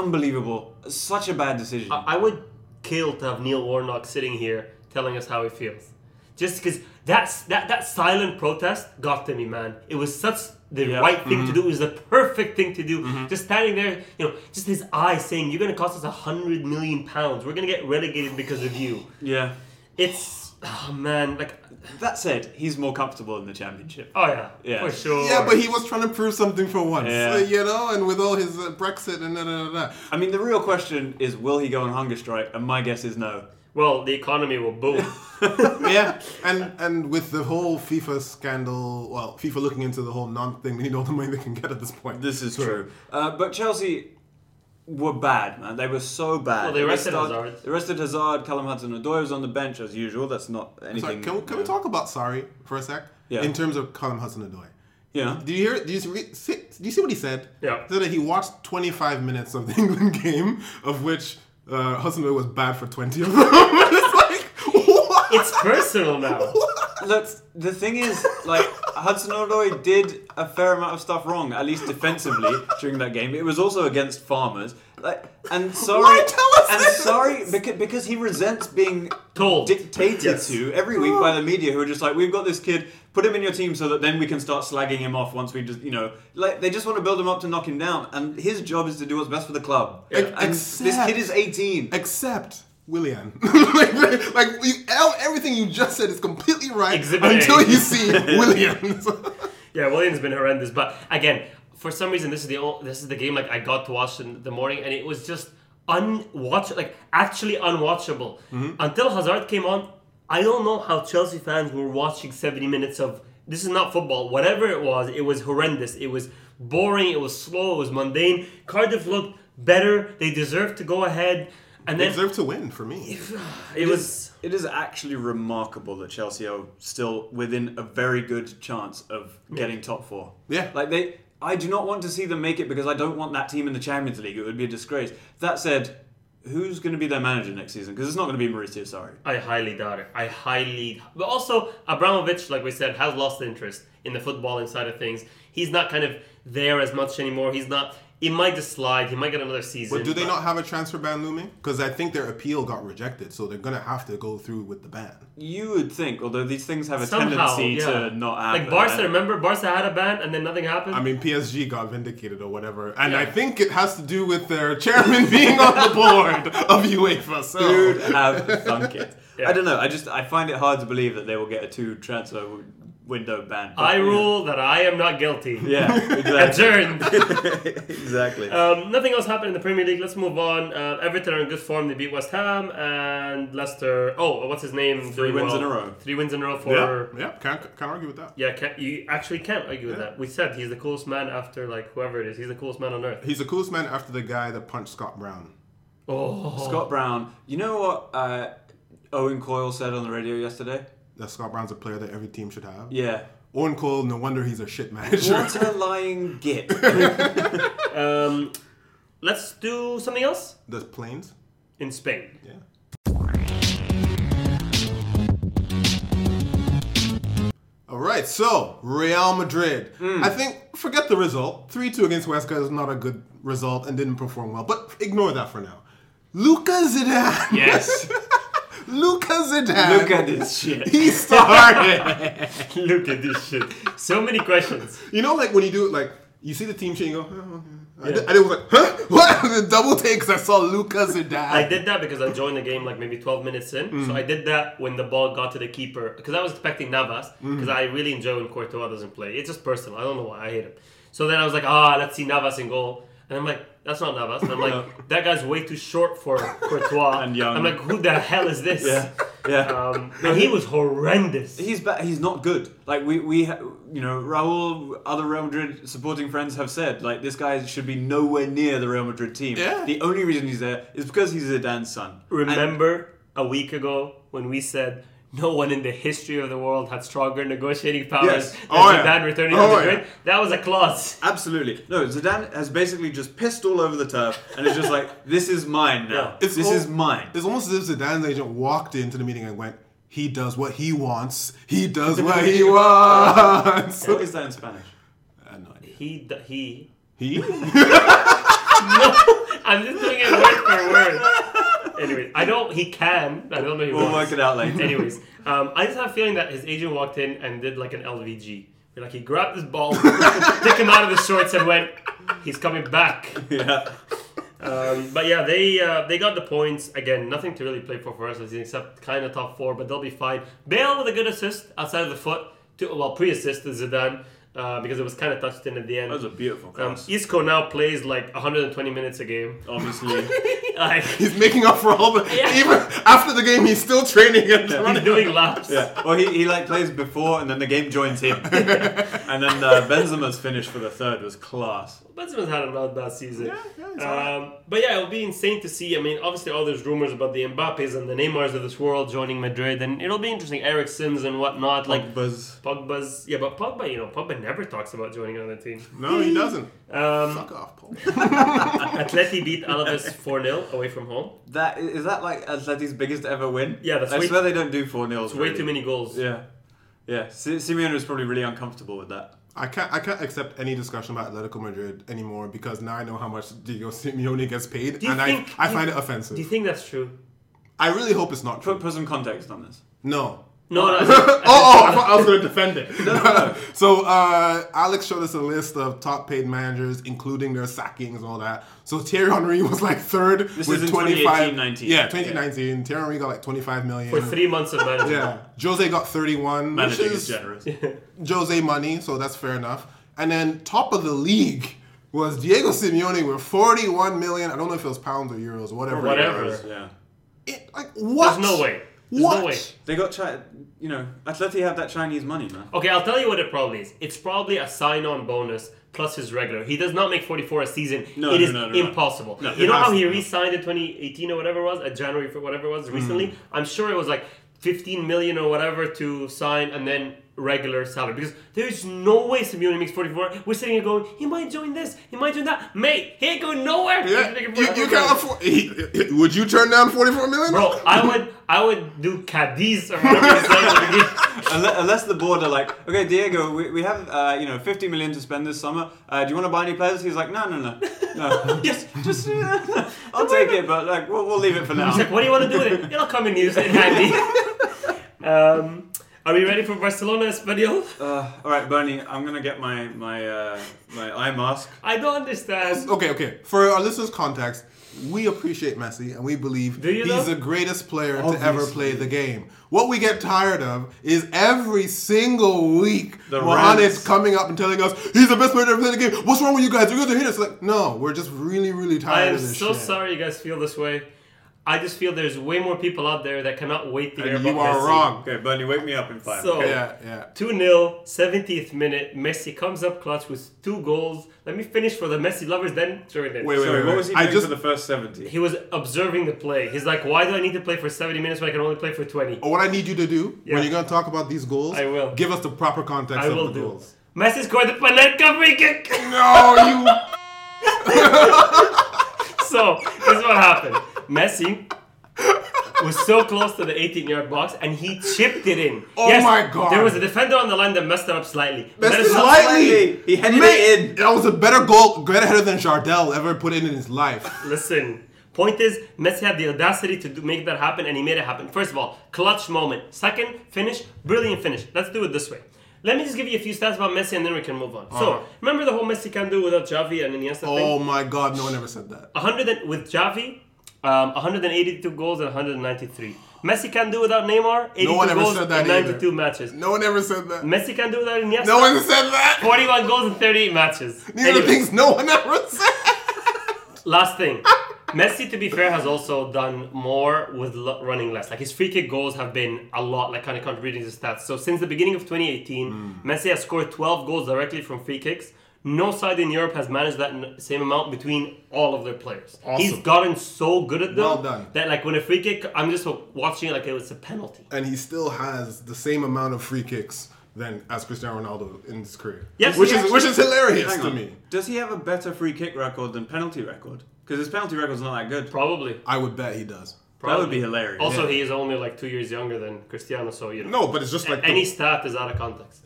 Speaker 1: Unbelievable. Such a bad decision.
Speaker 2: I would kill to have Neil Warnock sitting here telling us how he feels. Just because that's that that silent protest got to me, man. It was such the
Speaker 1: Yeah.
Speaker 2: right thing
Speaker 3: Mm-hmm.
Speaker 2: to do. It was the perfect thing to do. Just standing there, you know, just his eye saying, "You're going to cost us a hundred million pounds. We're going to get relegated because of you."
Speaker 1: yeah.
Speaker 2: It's oh man, like
Speaker 1: That said, he's more comfortable in the championship.
Speaker 2: oh yeah,
Speaker 1: Yeah.
Speaker 2: for sure.
Speaker 3: Yeah, but he was trying to prove something for once,
Speaker 1: Yeah.
Speaker 3: Uh, you know, and with all his uh, Brexit and da da da. da.
Speaker 1: I mean, the real question is, will he go on hunger strike? And my guess is no.
Speaker 2: well, the economy will boom.
Speaker 3: yeah, and and with the whole FIFA scandal, well, FIFA looking into the whole non thing, they need all the money they can get at this point.
Speaker 1: This is true. Uh, but Chelsea were bad, man. They were so bad.
Speaker 2: Well, they arrested
Speaker 1: start-
Speaker 2: Hazard.
Speaker 1: They arrested Hazard. Callum Hudson-Odoi was on the bench as usual. That's not
Speaker 3: Sorry,
Speaker 1: anything.
Speaker 3: can we, can we talk about sorry for a sec?
Speaker 1: Yeah.
Speaker 3: In terms of Colin Hudson-Odoi,
Speaker 1: Yeah.
Speaker 3: do you hear? Do you see, see, do you see what he said?
Speaker 2: Yeah.
Speaker 3: He said that he watched 25 minutes of the England game, of which uh, Hudson-Odoi was bad for 20 of them. it's like what?
Speaker 2: it's personal now.
Speaker 1: Look, the thing is, like Hudson-Odoi did a fair amount of stuff wrong, at least defensively during that game. It was also against farmers. Like, and sorry,
Speaker 3: Why tell us
Speaker 1: and
Speaker 3: this?
Speaker 1: sorry because, because he resents being
Speaker 2: Told.
Speaker 1: dictated
Speaker 2: Yes.
Speaker 1: to every week by the media, who are just like, "We've got this kid, put him in your team, so that then we can start slagging him off once we just, you know, like they just want to build him up to knock him down." And his job is to do what's best for the club. And this
Speaker 3: Except-
Speaker 1: kid is 18.
Speaker 3: except Willian. like, like you, everything you just said is completely right
Speaker 2: Exhibit A.
Speaker 3: until you see Willian.
Speaker 2: Yeah, Williams been horrendous, but again, for some reason, this is the o- this is the game like I got to watch in the morning, and it was just unwatch like actually unwatchable. Until Hazard came on, I don't know how Chelsea fans were watching seventy minutes of this is not football. Whatever it was, it was horrendous. It was boring. It was slow. It was mundane. Cardiff looked better. They deserved to go ahead, and then
Speaker 3: Deserve to win for me.
Speaker 2: it was.
Speaker 1: It is actually remarkable that Chelsea are still within a very good chance of getting top four.
Speaker 3: Yeah.
Speaker 1: Like they I do not want to see them make it because I don't want that team in the Champions League. It would be a disgrace. That said, who's going to be their manager next season? Because it's not going to be Mauricio Sarri.
Speaker 2: I highly doubt it. I highly. But also, Abramovich, like we said, has lost interest in the footballing side of things. He's not kind of there as much anymore. He's not. He might just slide. He might get another season.
Speaker 3: But do they not have a transfer ban looming? Because I think their appeal got rejected, so they're gonna have to go through with the ban.
Speaker 1: You would think, although these things have a
Speaker 2: Somehow,
Speaker 1: tendency to
Speaker 2: yeah.
Speaker 1: not happen.
Speaker 2: Like Barca, remember Barca had a ban and then nothing happened.
Speaker 3: I mean, PSG got vindicated or whatever, and I
Speaker 2: Yeah.
Speaker 3: think it has to do with their chairman being on the board of UEFA. So
Speaker 1: Dude, have thunk it.
Speaker 2: Yeah.
Speaker 1: I don't know. I just I find it hard to believe that they will get a two transfer w- window ban.
Speaker 2: I rule that I am not guilty.
Speaker 1: Yeah, exactly.
Speaker 2: Adjourned.
Speaker 1: exactly.
Speaker 2: um, nothing else happened in the Premier League. Let's move on. Uh, Everton are in good form. They beat West Ham and Leicester. Oh, what's his name?
Speaker 1: Three
Speaker 2: doing
Speaker 1: wins in
Speaker 2: well.
Speaker 1: a row.
Speaker 2: Three wins in a row for
Speaker 3: yeah, yeah, can't can't argue with that.
Speaker 2: Yeah, can, you actually can't argue with that. We said he's the coolest man after like whoever it is. He's the coolest man on earth.
Speaker 3: He's the coolest man after the guy that punched Scott Brown.
Speaker 2: Oh,
Speaker 1: Scott Brown. You know what uh, Owen Coyle said on the radio yesterday?
Speaker 3: That Scott Brown's a player that every team should have.
Speaker 1: Yeah.
Speaker 3: Owen Cole, no wonder he's a shit manager.
Speaker 1: What a lying git.
Speaker 2: um, let's do something else
Speaker 3: the planes.
Speaker 2: in Spain.
Speaker 3: Yeah. All right, so Real Madrid. I think forget the result. Three two against Huesca is not a good result and didn't perform well, but ignore that for now. Luca Zidane.
Speaker 2: Yes,
Speaker 3: Luca Zidane.
Speaker 1: Look at this shit.
Speaker 3: He started.
Speaker 2: look at this shit. So many questions.
Speaker 3: you know, like when you do it, like you see the team sheet, and you go. Oh, okay. I, did, I did- was like, huh? What? the double takes. I saw Luca Zidane.
Speaker 2: I did that because I joined the game like maybe 12 minutes in. So I did that when the ball got to the keeper because I was expecting Navas because I really enjoy when Courtois doesn't play. It's just personal. I don't know why I hate him. So then I was like, ah, let's see Navas in goal. And I'm like, that's not Navas. And I'm like, that guy's way too short for Courtois.
Speaker 1: And young.
Speaker 2: I'm like, who the hell is this?
Speaker 1: Yeah. Yeah.
Speaker 2: Um, and he was horrendous.
Speaker 1: He's ba- he's not good. Like we we ha- you know Raul, other Real Madrid supporting friends have said like this guy should be nowhere near the Real Madrid team.
Speaker 3: Yeah.
Speaker 1: The only reason he's there is because he's Zidane's son.
Speaker 2: Remember a week ago when we said no one in the history of the world had stronger negotiating powers
Speaker 1: Yes.
Speaker 2: than
Speaker 3: Oh, yeah.
Speaker 2: Zidane returning to
Speaker 3: Oh,
Speaker 2: the
Speaker 3: yeah.
Speaker 2: grid. That was a clause.
Speaker 1: Absolutely. No, Zidane has basically just pissed all over the turf and is just like, this is mine now.
Speaker 2: Yeah.
Speaker 3: It's
Speaker 1: this
Speaker 3: al-
Speaker 1: is mine.
Speaker 3: It's almost as if Zidane's agent walked into the meeting and went, "He does what he wants. He does what he wants."
Speaker 1: What is that in Spanish?
Speaker 3: I had no idea.
Speaker 2: He d- he.
Speaker 3: He?
Speaker 2: I'm just doing it word for word. Anyway, I don't. He can. I don't know. He
Speaker 1: We'll
Speaker 2: wants.
Speaker 1: work it out later.
Speaker 2: Anyways, um, I just have a feeling that his agent walked in and did like an LVG. Like he grabbed his ball, took him out of his shorts, and went, "He's coming back."
Speaker 1: yeah.
Speaker 2: Um, but yeah, they uh, they got the points again. Nothing to really play for for us this season except kind of top four, but they'll be fine. Bale with a good assist outside of the foot, to, well pre-assist to Zidane uh, because it was kind of touched in at the end.
Speaker 1: That was a beautiful
Speaker 2: um,
Speaker 1: cross.
Speaker 2: Isco now plays like 120 minutes a game.
Speaker 1: Obviously.
Speaker 2: Like,
Speaker 3: He's making up for all the
Speaker 2: Yeah.
Speaker 3: even after the game. He's still training and
Speaker 2: he's
Speaker 3: running.
Speaker 2: doing laps.
Speaker 1: yeah. Or he, he like plays before and then the game joins him. and then uh, Benzema's finish for the third was class.
Speaker 2: Benzema's had a not bad season.
Speaker 3: yeah, he's
Speaker 2: um, but yeah, it'll be insane to see. I mean, obviously, all those rumors about the Mbappes and the Neymars of this world joining Madrid, and it'll be interesting. Ericsson's and whatnot. Like,
Speaker 1: Buzz.
Speaker 2: Pogba's yeah, but Pogba, you know, Pogba never talks about joining another team.
Speaker 3: No, he doesn't.
Speaker 2: Um,
Speaker 3: Fuck off, Paul.
Speaker 2: Atleti beat Alaves four 0 away from home.
Speaker 1: That is that like Atleti's biggest ever win?
Speaker 2: Yeah, that's
Speaker 1: I
Speaker 2: way-
Speaker 1: swear they don't do four nils.
Speaker 2: It's way too many goals.
Speaker 1: Yeah, yeah. Si- Simeone was probably really uncomfortable with that.
Speaker 3: I can't. I can't accept any discussion about Atletico Madrid anymore because now I know how much Diego Simeone gets paid,
Speaker 2: Do you
Speaker 3: and
Speaker 2: think-
Speaker 3: I, I
Speaker 2: do you-
Speaker 3: find it
Speaker 2: Do
Speaker 3: offensive.
Speaker 2: you think that's
Speaker 3: Oh.
Speaker 2: true?
Speaker 3: I really hope it's not true.
Speaker 1: Put, put some context on this.
Speaker 3: No.
Speaker 2: No, no. I
Speaker 3: oh,
Speaker 2: think- I think-
Speaker 3: oh, I thought I was going to defend it.
Speaker 1: no.
Speaker 3: so, uh, Alex showed us a list of top paid managers, including their sackings and all that. So, Thierry Henry was like third
Speaker 1: This
Speaker 3: with
Speaker 1: is in
Speaker 3: 25.
Speaker 1: 2018-19.
Speaker 3: Yeah, 2019. Thierry Henry got like 25 million.
Speaker 2: for three months of management.
Speaker 3: Yeah. Jose got 31, which
Speaker 1: Managing is
Speaker 3: is
Speaker 1: generous.
Speaker 3: Jose money, so that's fair enough. And then, top of the league was Diego Simeone with 41 million. I don't know if it was pounds or euros or whatever. it
Speaker 2: whatever.
Speaker 3: was.
Speaker 1: Yeah,
Speaker 3: It, like, what?
Speaker 2: There's no way. There's
Speaker 3: what?
Speaker 2: no way.
Speaker 1: they got Chi- You know, Atleti have that Chinese money, man.
Speaker 2: Okay, I'll tell you what it probably is. It's probably a sign-on bonus plus his regular. He does not make 44 a season.
Speaker 1: No,
Speaker 2: it
Speaker 1: no,
Speaker 2: is
Speaker 1: no, no, no.
Speaker 2: impossible.
Speaker 1: No,
Speaker 2: you know how he
Speaker 3: impossible.
Speaker 2: re-signed in 2018 or whatever it was, at January for whatever it was
Speaker 1: Hmm.
Speaker 2: recently. I'm sure it was like 15 million or whatever to sign and then regular salary because there is no way Simeone makes 44. We're sitting here going, he might join this, he might join that. Mate, he ain't going nowhere.
Speaker 3: Yeah,
Speaker 2: He's
Speaker 3: you,
Speaker 2: making 44.
Speaker 3: you can't afford. he- he- would you turn down forty-four million?
Speaker 2: Bro, I would, I would do Cadiz or whatever he said at the beginning.
Speaker 1: Unless, unless the board are like, okay, Diego, we, we have uh, you know 50 million to spend this summer. Uh, do you want to buy any players? He's like, no, no, no, no. yes, just uh, I'll take it, but like we'll, we'll leave it for now.
Speaker 2: He's like, what do you want to do with it? It'll come in use in handy. um, are we ready for Barcelona Espanyol?
Speaker 1: Uh, all right, Bernie, I'm gonna get my my uh, my eye mask.
Speaker 2: I don't understand.
Speaker 3: Okay, okay. For our listeners' context, we appreciate Messi and we believe
Speaker 2: Do you
Speaker 3: he's
Speaker 2: though?
Speaker 3: the greatest player to ever play the game. What we get tired of is every single week
Speaker 1: The
Speaker 3: Mohamed
Speaker 1: rants.
Speaker 3: coming up and telling us he's the best player to ever play the game. What's wrong with you guys? You guys are haters. Like, no, we're just really, really
Speaker 2: I
Speaker 3: tired
Speaker 2: am
Speaker 3: of this
Speaker 2: so
Speaker 3: shit.
Speaker 2: sorry you guys feel this way. I just feel there's way more people out there that cannot wait to hear
Speaker 3: And
Speaker 2: about
Speaker 3: you are
Speaker 2: Messi.
Speaker 3: wrong.
Speaker 1: Okay, Bernie, wake me up in five.
Speaker 2: So-
Speaker 1: okay?
Speaker 3: Yeah, yeah.
Speaker 2: 2 0, 70th minute. Messi comes up clutch with two goals. Let me finish for the Messi lovers, then throw it in.
Speaker 3: Wait, wait,
Speaker 1: Sorry,
Speaker 3: wait.
Speaker 1: what was he
Speaker 3: I
Speaker 1: doing
Speaker 3: just-
Speaker 1: for the first 70?
Speaker 2: He was observing the play. He's like, why do I need to play for 70 minutes when I can only play for 20?
Speaker 3: What I need you to do
Speaker 2: Yeah.
Speaker 3: when you're going to talk about these goals,
Speaker 2: I will.
Speaker 3: give us the proper context
Speaker 2: I
Speaker 3: of
Speaker 2: will
Speaker 3: the
Speaker 2: do.
Speaker 3: goals.
Speaker 2: Messi scored the Panenka free kick!
Speaker 3: No, you.
Speaker 2: So this is what happened. Messi was so close to the 18-yard box, and he chipped it in.
Speaker 3: Oh my God.
Speaker 2: There was a defender on the line that messed it up slightly. But that
Speaker 3: That's
Speaker 2: is not-
Speaker 3: slightly.
Speaker 1: He headed it in.
Speaker 3: That was a better goal, better header than Chardel ever put in in his life.
Speaker 2: Listen. Point is, Messi had the audacity to do, make that happen, and he made it happen. First of all, clutch moment. Second, finish, brilliant finish. Let's do it this way. Let me just give you a few stats about Messi, and then we can move on. So,
Speaker 3: Uh-huh.
Speaker 2: remember the whole Messi can do without Xavi and Iniesta thing?
Speaker 3: Oh my God! No one ever said that.
Speaker 2: 100 and, with Javi, um, 182 goals and 193. Messi can do without Neymar, 82
Speaker 3: No one ever
Speaker 2: goals
Speaker 3: said that
Speaker 2: and
Speaker 3: either.
Speaker 2: 92 matches.
Speaker 3: No one ever said that.
Speaker 2: Messi can do without Iniesta,
Speaker 3: No one said that.
Speaker 2: 41 goals and 38 matches.
Speaker 3: These are
Speaker 2: Anyway,
Speaker 3: things no one ever said.
Speaker 2: last thing. Messi, to be fair, has also done more with l- running less. Like his free kick goals have been a lot, like kind
Speaker 3: Hmm.
Speaker 2: of contributing to stats. So since the beginning of 2018, Messi has scored 12 goals directly from free kicks. No side in Europe has managed that n- same amount between all of their players. He's
Speaker 3: Awesome.
Speaker 2: gotten so good at them
Speaker 3: Well done.
Speaker 2: that like when a free kick, I'm just watching it like it was a penalty.
Speaker 3: and he still has the same amount of free kicks than as Cristiano Ronaldo in his career.
Speaker 2: Yes,
Speaker 3: which
Speaker 2: he
Speaker 3: is
Speaker 2: actually-
Speaker 3: which is hilarious
Speaker 1: Hang
Speaker 3: to
Speaker 1: on.
Speaker 3: me.
Speaker 1: Does he have a better free kick record than penalty record? Because his penalty record's not that good.
Speaker 2: Probably.
Speaker 3: I would bet he does.
Speaker 1: That
Speaker 2: Probably.
Speaker 1: would be hilarious.
Speaker 2: Also, he is only like two years younger than Cristiano, so you know.
Speaker 3: No, but it's just like
Speaker 2: any
Speaker 3: any,
Speaker 2: stat is out of context.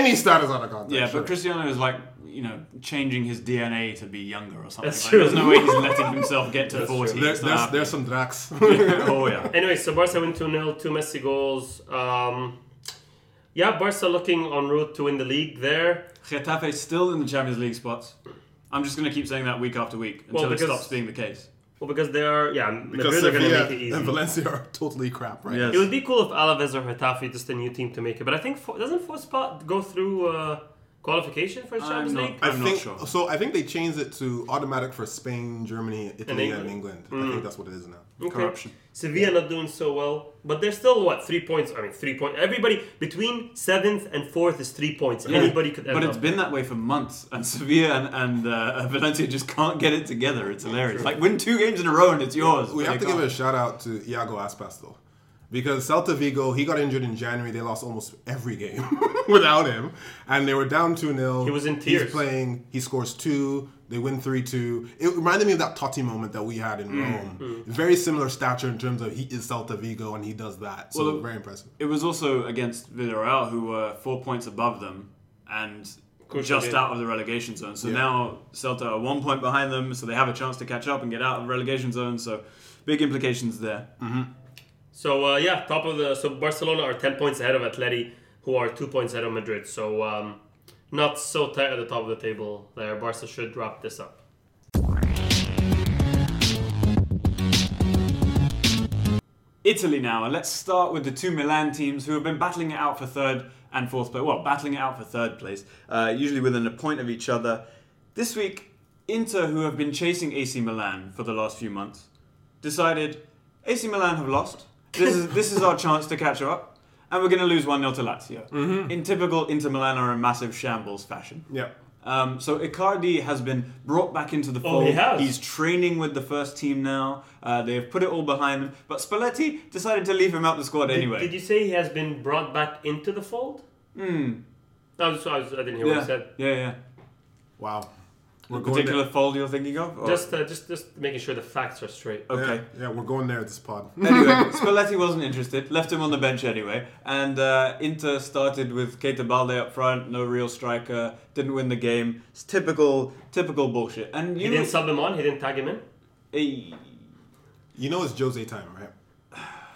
Speaker 3: any stat is out of context.
Speaker 1: yeah,
Speaker 3: sure.
Speaker 1: but Cristiano is like, you know, changing his DNA to be younger or something.
Speaker 2: That's
Speaker 1: like,
Speaker 2: true.
Speaker 1: There's no way he's letting himself get to 40.
Speaker 3: there,
Speaker 1: It's not
Speaker 3: there's,
Speaker 1: happening.
Speaker 3: there's some Drax.
Speaker 1: oh, yeah.
Speaker 2: Anyway, so Barca win 2 0, two Messi goals. Um, yeah, Barca looking en route to win the league there.
Speaker 1: Getafe still in the Champions League spots. I'm just going to keep saying that week after week until
Speaker 2: Well,
Speaker 1: it
Speaker 2: because-
Speaker 1: stops being the case.
Speaker 2: Well, because they are, yeah,
Speaker 3: because
Speaker 2: Madrid are going to make
Speaker 3: Sevilla
Speaker 2: it
Speaker 3: and
Speaker 2: easy.
Speaker 3: Valencia are totally crap, right?
Speaker 1: Yes.
Speaker 2: It would be cool if Alaves or Hetafe, just a new team to make it. But I think, four, doesn't fourth spot go through uh, qualification for the
Speaker 1: I'm
Speaker 2: Champions
Speaker 1: not-
Speaker 2: League?
Speaker 3: I
Speaker 1: I'm not
Speaker 3: think
Speaker 1: sure.
Speaker 3: so. I think they changed it to automatic for Spain, Germany, Italy,
Speaker 2: England.
Speaker 3: and
Speaker 2: Mm-hmm.
Speaker 3: England. I think that's what it is now.
Speaker 1: corruption.
Speaker 2: Sevilla not doing so well, but they're still what three points? I mean, three point. Everybody between seventh and fourth is three points. Anybody could. End
Speaker 1: But
Speaker 2: up
Speaker 1: it's been that way for months, and Sevilla and, and uh, Valencia just can't get it together. It's hilarious. Like win two games in a row and it's yours.
Speaker 3: We
Speaker 1: but
Speaker 3: have
Speaker 1: they
Speaker 3: to give
Speaker 1: can't.
Speaker 3: a shout out to Iago Aspas though, because Celta Vigo he got injured in January. They lost almost every game without him, and they were down two 0
Speaker 2: He was in
Speaker 3: He's
Speaker 2: tears.
Speaker 3: playing. He scores two. They win three two. It reminded me of that Totti moment that we had in
Speaker 2: Mm-hmm.
Speaker 3: Rome. Very similar stature in terms of he is Celta Vigo and he does that. So
Speaker 1: Well,
Speaker 3: very impressive.
Speaker 1: It was also against Villarreal, who were four points above them and
Speaker 2: course they
Speaker 1: just
Speaker 2: did.
Speaker 1: out of the relegation zone. So now Celta are one point behind them, so they have a chance to catch up and get out of the relegation zone. So big implications there.
Speaker 2: So uh, yeah, top of the so Barcelona are ten points ahead of Atleti, who are two points ahead of Madrid. So um, not so tight at the top of the table there. Barca should wrap this up.
Speaker 1: Italy now, and let's start with the two Milan teams who have been battling it out for third and fourth place. Well, battling it out for third place, uh, usually within a point of each other. This week, Inter, who have been chasing AC Milan for the last few months, decided AC Milan have lost. This is this is our chance to catch up, and we're going to lose one 0 to Lazio. In typical Inter Milan are in massive shambles fashion.
Speaker 3: Yeah.
Speaker 1: Um, so Icardi has been brought back into the fold.
Speaker 2: Oh, he has.
Speaker 1: He's training with the first team now. Uh, they have put it all behind them. But Spalletti decided to leave him out the squad anyway.
Speaker 2: Did you say he has been brought back into the fold? Hmm. I, was, I, was, I didn't hear what
Speaker 1: yeah.
Speaker 2: he said.
Speaker 1: yeah, yeah.
Speaker 3: Wow. We're going
Speaker 1: Particular
Speaker 3: there.
Speaker 1: fold you're thinking of? Or-
Speaker 2: Just, uh, just, just making sure the facts are straight.
Speaker 1: okay.
Speaker 3: Yeah, yeah, we're going there at this pod.
Speaker 1: Anyway, Spalletti wasn't interested. Left him on the bench anyway. And uh, Inter started with Keita Balde up front. No real striker. Didn't win the game. It's typical, typical bullshit. And
Speaker 2: He
Speaker 1: you,
Speaker 2: didn't sub him on. He didn't tag him in.
Speaker 1: Hey,
Speaker 3: you know it's Jose time, right?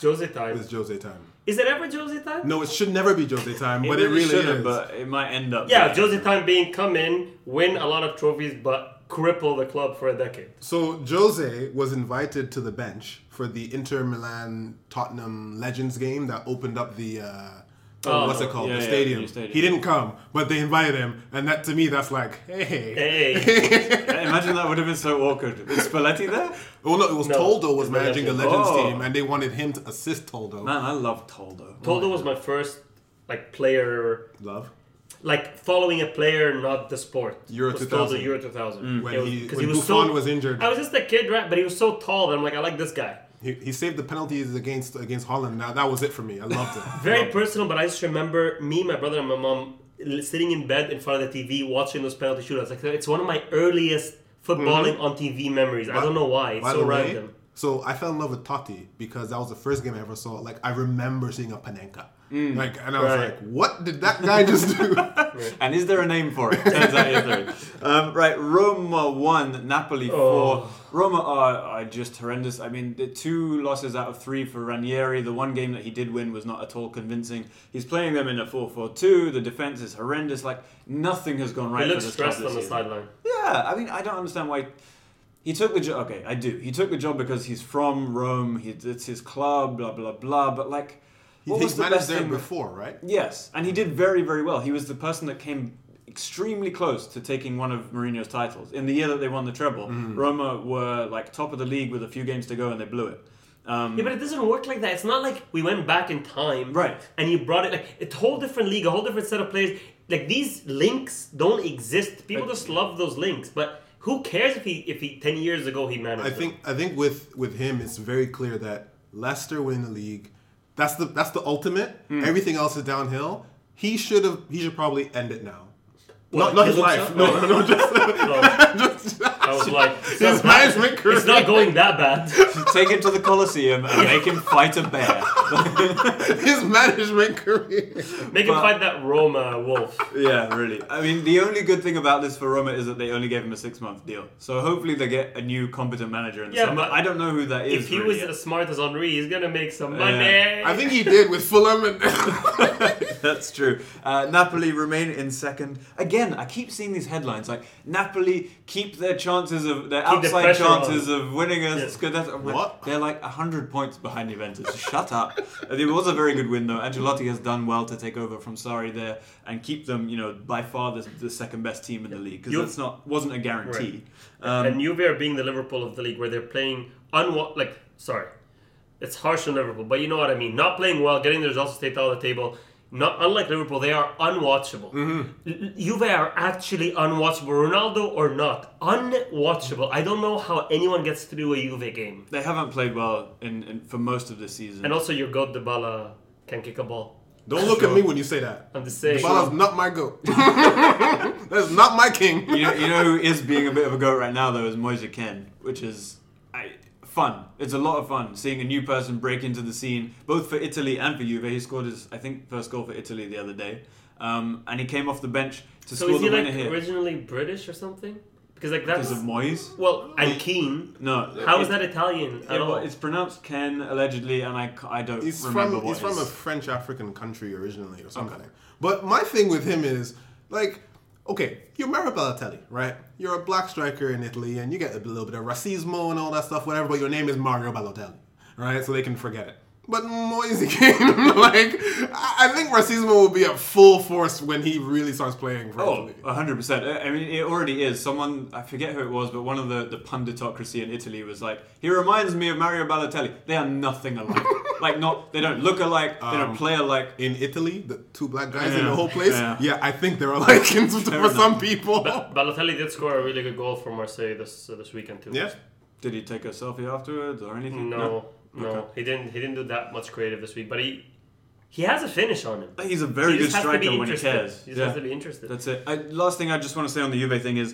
Speaker 2: Jose time.
Speaker 3: It's Jose time.
Speaker 2: Is it ever Jose time?
Speaker 3: No, it should never be Jose time, but it
Speaker 1: really
Speaker 3: really
Speaker 1: shouldn't,
Speaker 3: is.
Speaker 1: But it might end up.
Speaker 2: Yeah,
Speaker 1: being.
Speaker 2: Jose time being come in, win a lot of trophies, but cripple the club for a decade.
Speaker 3: So Jose was invited to the bench for the Inter Milan Tottenham Legends game that opened up the uh, oh,
Speaker 2: Oh,
Speaker 3: what's it called
Speaker 1: yeah,
Speaker 3: the
Speaker 1: yeah,
Speaker 3: stadium.
Speaker 1: the new stadium.
Speaker 3: He didn't come, but they invited him, and that to me that's like hey.
Speaker 2: Eh, Hey,
Speaker 1: Imagine that would have been so awkward. Is Spalletti there?
Speaker 3: Oh no, it was
Speaker 2: No,
Speaker 3: Toldo was
Speaker 2: it's the
Speaker 3: managing the
Speaker 2: Legends.
Speaker 3: Legends
Speaker 1: Oh.
Speaker 3: team, and they wanted him to assist Toldo.
Speaker 1: Man, I love Toldo.
Speaker 2: Toldo was my first like player
Speaker 3: Love
Speaker 2: like following a player, not the sport.
Speaker 3: Euro
Speaker 2: was
Speaker 3: 2000.
Speaker 2: Still the Euro 2000.
Speaker 3: when
Speaker 2: It was-
Speaker 3: he
Speaker 2: 'cause he
Speaker 3: when
Speaker 2: was
Speaker 3: Buffon
Speaker 2: so-
Speaker 3: was injured,
Speaker 2: I was just a kid, right? But he was so tall that I'm like, I like this guy.
Speaker 3: he, he saved the penalties against against Holland. Now that was it for me. I loved it.
Speaker 2: Very personal, but I just remember me, my brother, and my mom l- sitting in bed in front of the TV watching those penalty shootouts. Like it's one of my earliest footballing on TV memories. I don't know why. It's
Speaker 3: By
Speaker 2: so
Speaker 3: the way,
Speaker 2: random.
Speaker 3: So I fell in love with Totti because that was the first game I ever saw. Like I remember seeing a Panenka. Like and I was
Speaker 2: Mm. Right.
Speaker 3: like, what did that guy just do?
Speaker 1: And is there a name for it? Turns out yes, there is. Um, right, Roma 1, Napoli 4.
Speaker 2: Oh.
Speaker 1: Roma are, are just horrendous. I mean, the two losses out of three for Ranieri. The one game that he did win was not at all convincing. He's playing them in a 4 4 2. The defense is horrendous. Like, nothing has gone right
Speaker 2: He looks
Speaker 1: for this club
Speaker 2: stressed
Speaker 1: this
Speaker 2: on the
Speaker 1: season.
Speaker 2: sideline.
Speaker 1: Yeah, I mean, I don't understand why he took the job. Okay, I do. He took the job because he's from Rome. He, it's his club. Blah blah blah. But like, what was
Speaker 3: He's
Speaker 1: the
Speaker 3: managed
Speaker 1: best
Speaker 3: there
Speaker 1: thing?
Speaker 3: before, right?
Speaker 1: Yes, and he did very very well. He was the person that came extremely close to taking one of Mourinho's titles in the year that they won the treble. Roma were like top of the league with a few games to go, and they blew it. Um,
Speaker 2: Yeah, but it doesn't work like that. It's not like we went back in time,
Speaker 1: Right.
Speaker 2: And you brought it like a whole different league, a whole different set of players. Like these links don't exist. People just love those links, but who cares if he if he ten years ago he managed?
Speaker 3: I
Speaker 2: them?
Speaker 3: think I think with with him, it's very clear that Leicester winning the league, that's the that's the ultimate.
Speaker 2: Hmm.
Speaker 3: Everything else is downhill. He should have. He should probably end it now.
Speaker 2: Well,
Speaker 3: not not
Speaker 2: he
Speaker 3: his
Speaker 2: looks
Speaker 3: life.
Speaker 2: up-
Speaker 3: No, no, no. Just,
Speaker 2: Well,
Speaker 3: just
Speaker 2: I was like, it's not
Speaker 3: his
Speaker 2: bad.
Speaker 3: management career.
Speaker 2: It's not going that bad.
Speaker 1: take him to the Colosseum and make him fight a bear.
Speaker 3: his management career.
Speaker 2: Make him
Speaker 1: But-
Speaker 2: find that Roma wolf.
Speaker 1: yeah, really. I mean, the only good thing about this for Roma is that they only gave him a six-month deal. So hopefully they get a new competent manager in the
Speaker 2: Yeah,
Speaker 1: summer.
Speaker 2: but
Speaker 1: I don't know who that is.
Speaker 2: If he
Speaker 1: really
Speaker 2: was
Speaker 1: yet.
Speaker 2: as smart as Henri, he's gonna make some money.
Speaker 3: I think he did with Fulham and
Speaker 1: That's true. Uh, Napoli remain in second. Again, I keep seeing these headlines like Napoli keep their chances of their
Speaker 2: the
Speaker 1: outside
Speaker 2: pressure on.
Speaker 1: chances of winning a
Speaker 2: Yeah.
Speaker 1: scudetto. I'm like,
Speaker 3: What?
Speaker 1: They're like hundred points behind Juventus. Shut up. Uh, It was a very good win though. Angelotti has done well to take over from Sari there and keep them, you know, by far the, the second best team in the league because
Speaker 2: You-
Speaker 1: that's not wasn't a guarantee. Um,
Speaker 2: and Juve are being the Liverpool of the league, where they're playing unwa- like sorry, it's harsh on Liverpool, but you know what I mean. Not playing well, getting the results state out of the table. Not unlike Liverpool, they are unwatchable.
Speaker 1: Mm-hmm.
Speaker 2: L- L- Juve are actually unwatchable, Ronaldo or not, unwatchable. I don't know how anyone gets through a Juve game.
Speaker 1: they haven't played well in, in for most of the season.
Speaker 2: And also, your god Dybala can kick a ball.
Speaker 3: Don't look at me when you say that.
Speaker 2: I'm just saying.
Speaker 3: Bala's not my goat. That's not my king.
Speaker 1: you know, you know who is being a bit of a goat right now though is Moise Ken, which is I, fun. It's a lot of fun seeing a new person break into the scene, both for Italy and for Juve. He scored his, I think, first goal for Italy the other day, um, and he came off the bench to
Speaker 2: So
Speaker 1: score
Speaker 2: is
Speaker 1: the
Speaker 2: he
Speaker 1: winner
Speaker 2: like
Speaker 1: here
Speaker 2: originally British or something? Because like
Speaker 1: because
Speaker 2: that's
Speaker 1: of Moise.
Speaker 2: well, and Keane.
Speaker 1: No,
Speaker 2: How
Speaker 1: it-
Speaker 2: is that Italian
Speaker 1: it-
Speaker 2: at all?
Speaker 1: it's pronounced Ken allegedly, and I, c- I don't
Speaker 3: He's
Speaker 1: remember
Speaker 3: from
Speaker 1: what
Speaker 3: he's from a
Speaker 1: it's.
Speaker 3: French African country originally or something. But my thing with him is like, okay, you're Mario Balotelli, right? You're a black striker in Italy, and you get a little bit of racismo and all that stuff, whatever. But your name is Mario Balotelli, right? So they can forget it. But Moise Kean, like, I I think racismo will be at full force when he really starts playing for
Speaker 1: Oh,
Speaker 3: Italy.
Speaker 1: 100%. I- I mean, it already is. Someone, I forget who it was, but one of the, the punditocracy in Italy was like, he reminds me of Mario Balotelli. They are nothing alike. like, not, they don't look alike, they
Speaker 2: Um,
Speaker 1: don't play alike.
Speaker 3: In Italy, the two black guys in
Speaker 1: Yeah,
Speaker 3: the whole place,
Speaker 1: yeah.
Speaker 3: yeah, I think they're alike for
Speaker 1: enough.
Speaker 3: some people.
Speaker 2: Balotelli did score a really good goal for Marseille this uh, this weekend too.
Speaker 3: yeah.
Speaker 1: Did he take a selfie afterwards or anything?
Speaker 2: No, no, he didn't. He didn't do that much creative this week, but he he has a finish on him.
Speaker 1: No? He's a very
Speaker 2: he
Speaker 1: good
Speaker 2: just has to be
Speaker 1: striker when he
Speaker 2: interested.
Speaker 1: cares.
Speaker 2: He just has to be interested.
Speaker 1: That's it. I, last thing I just want to say on the Juve thing is,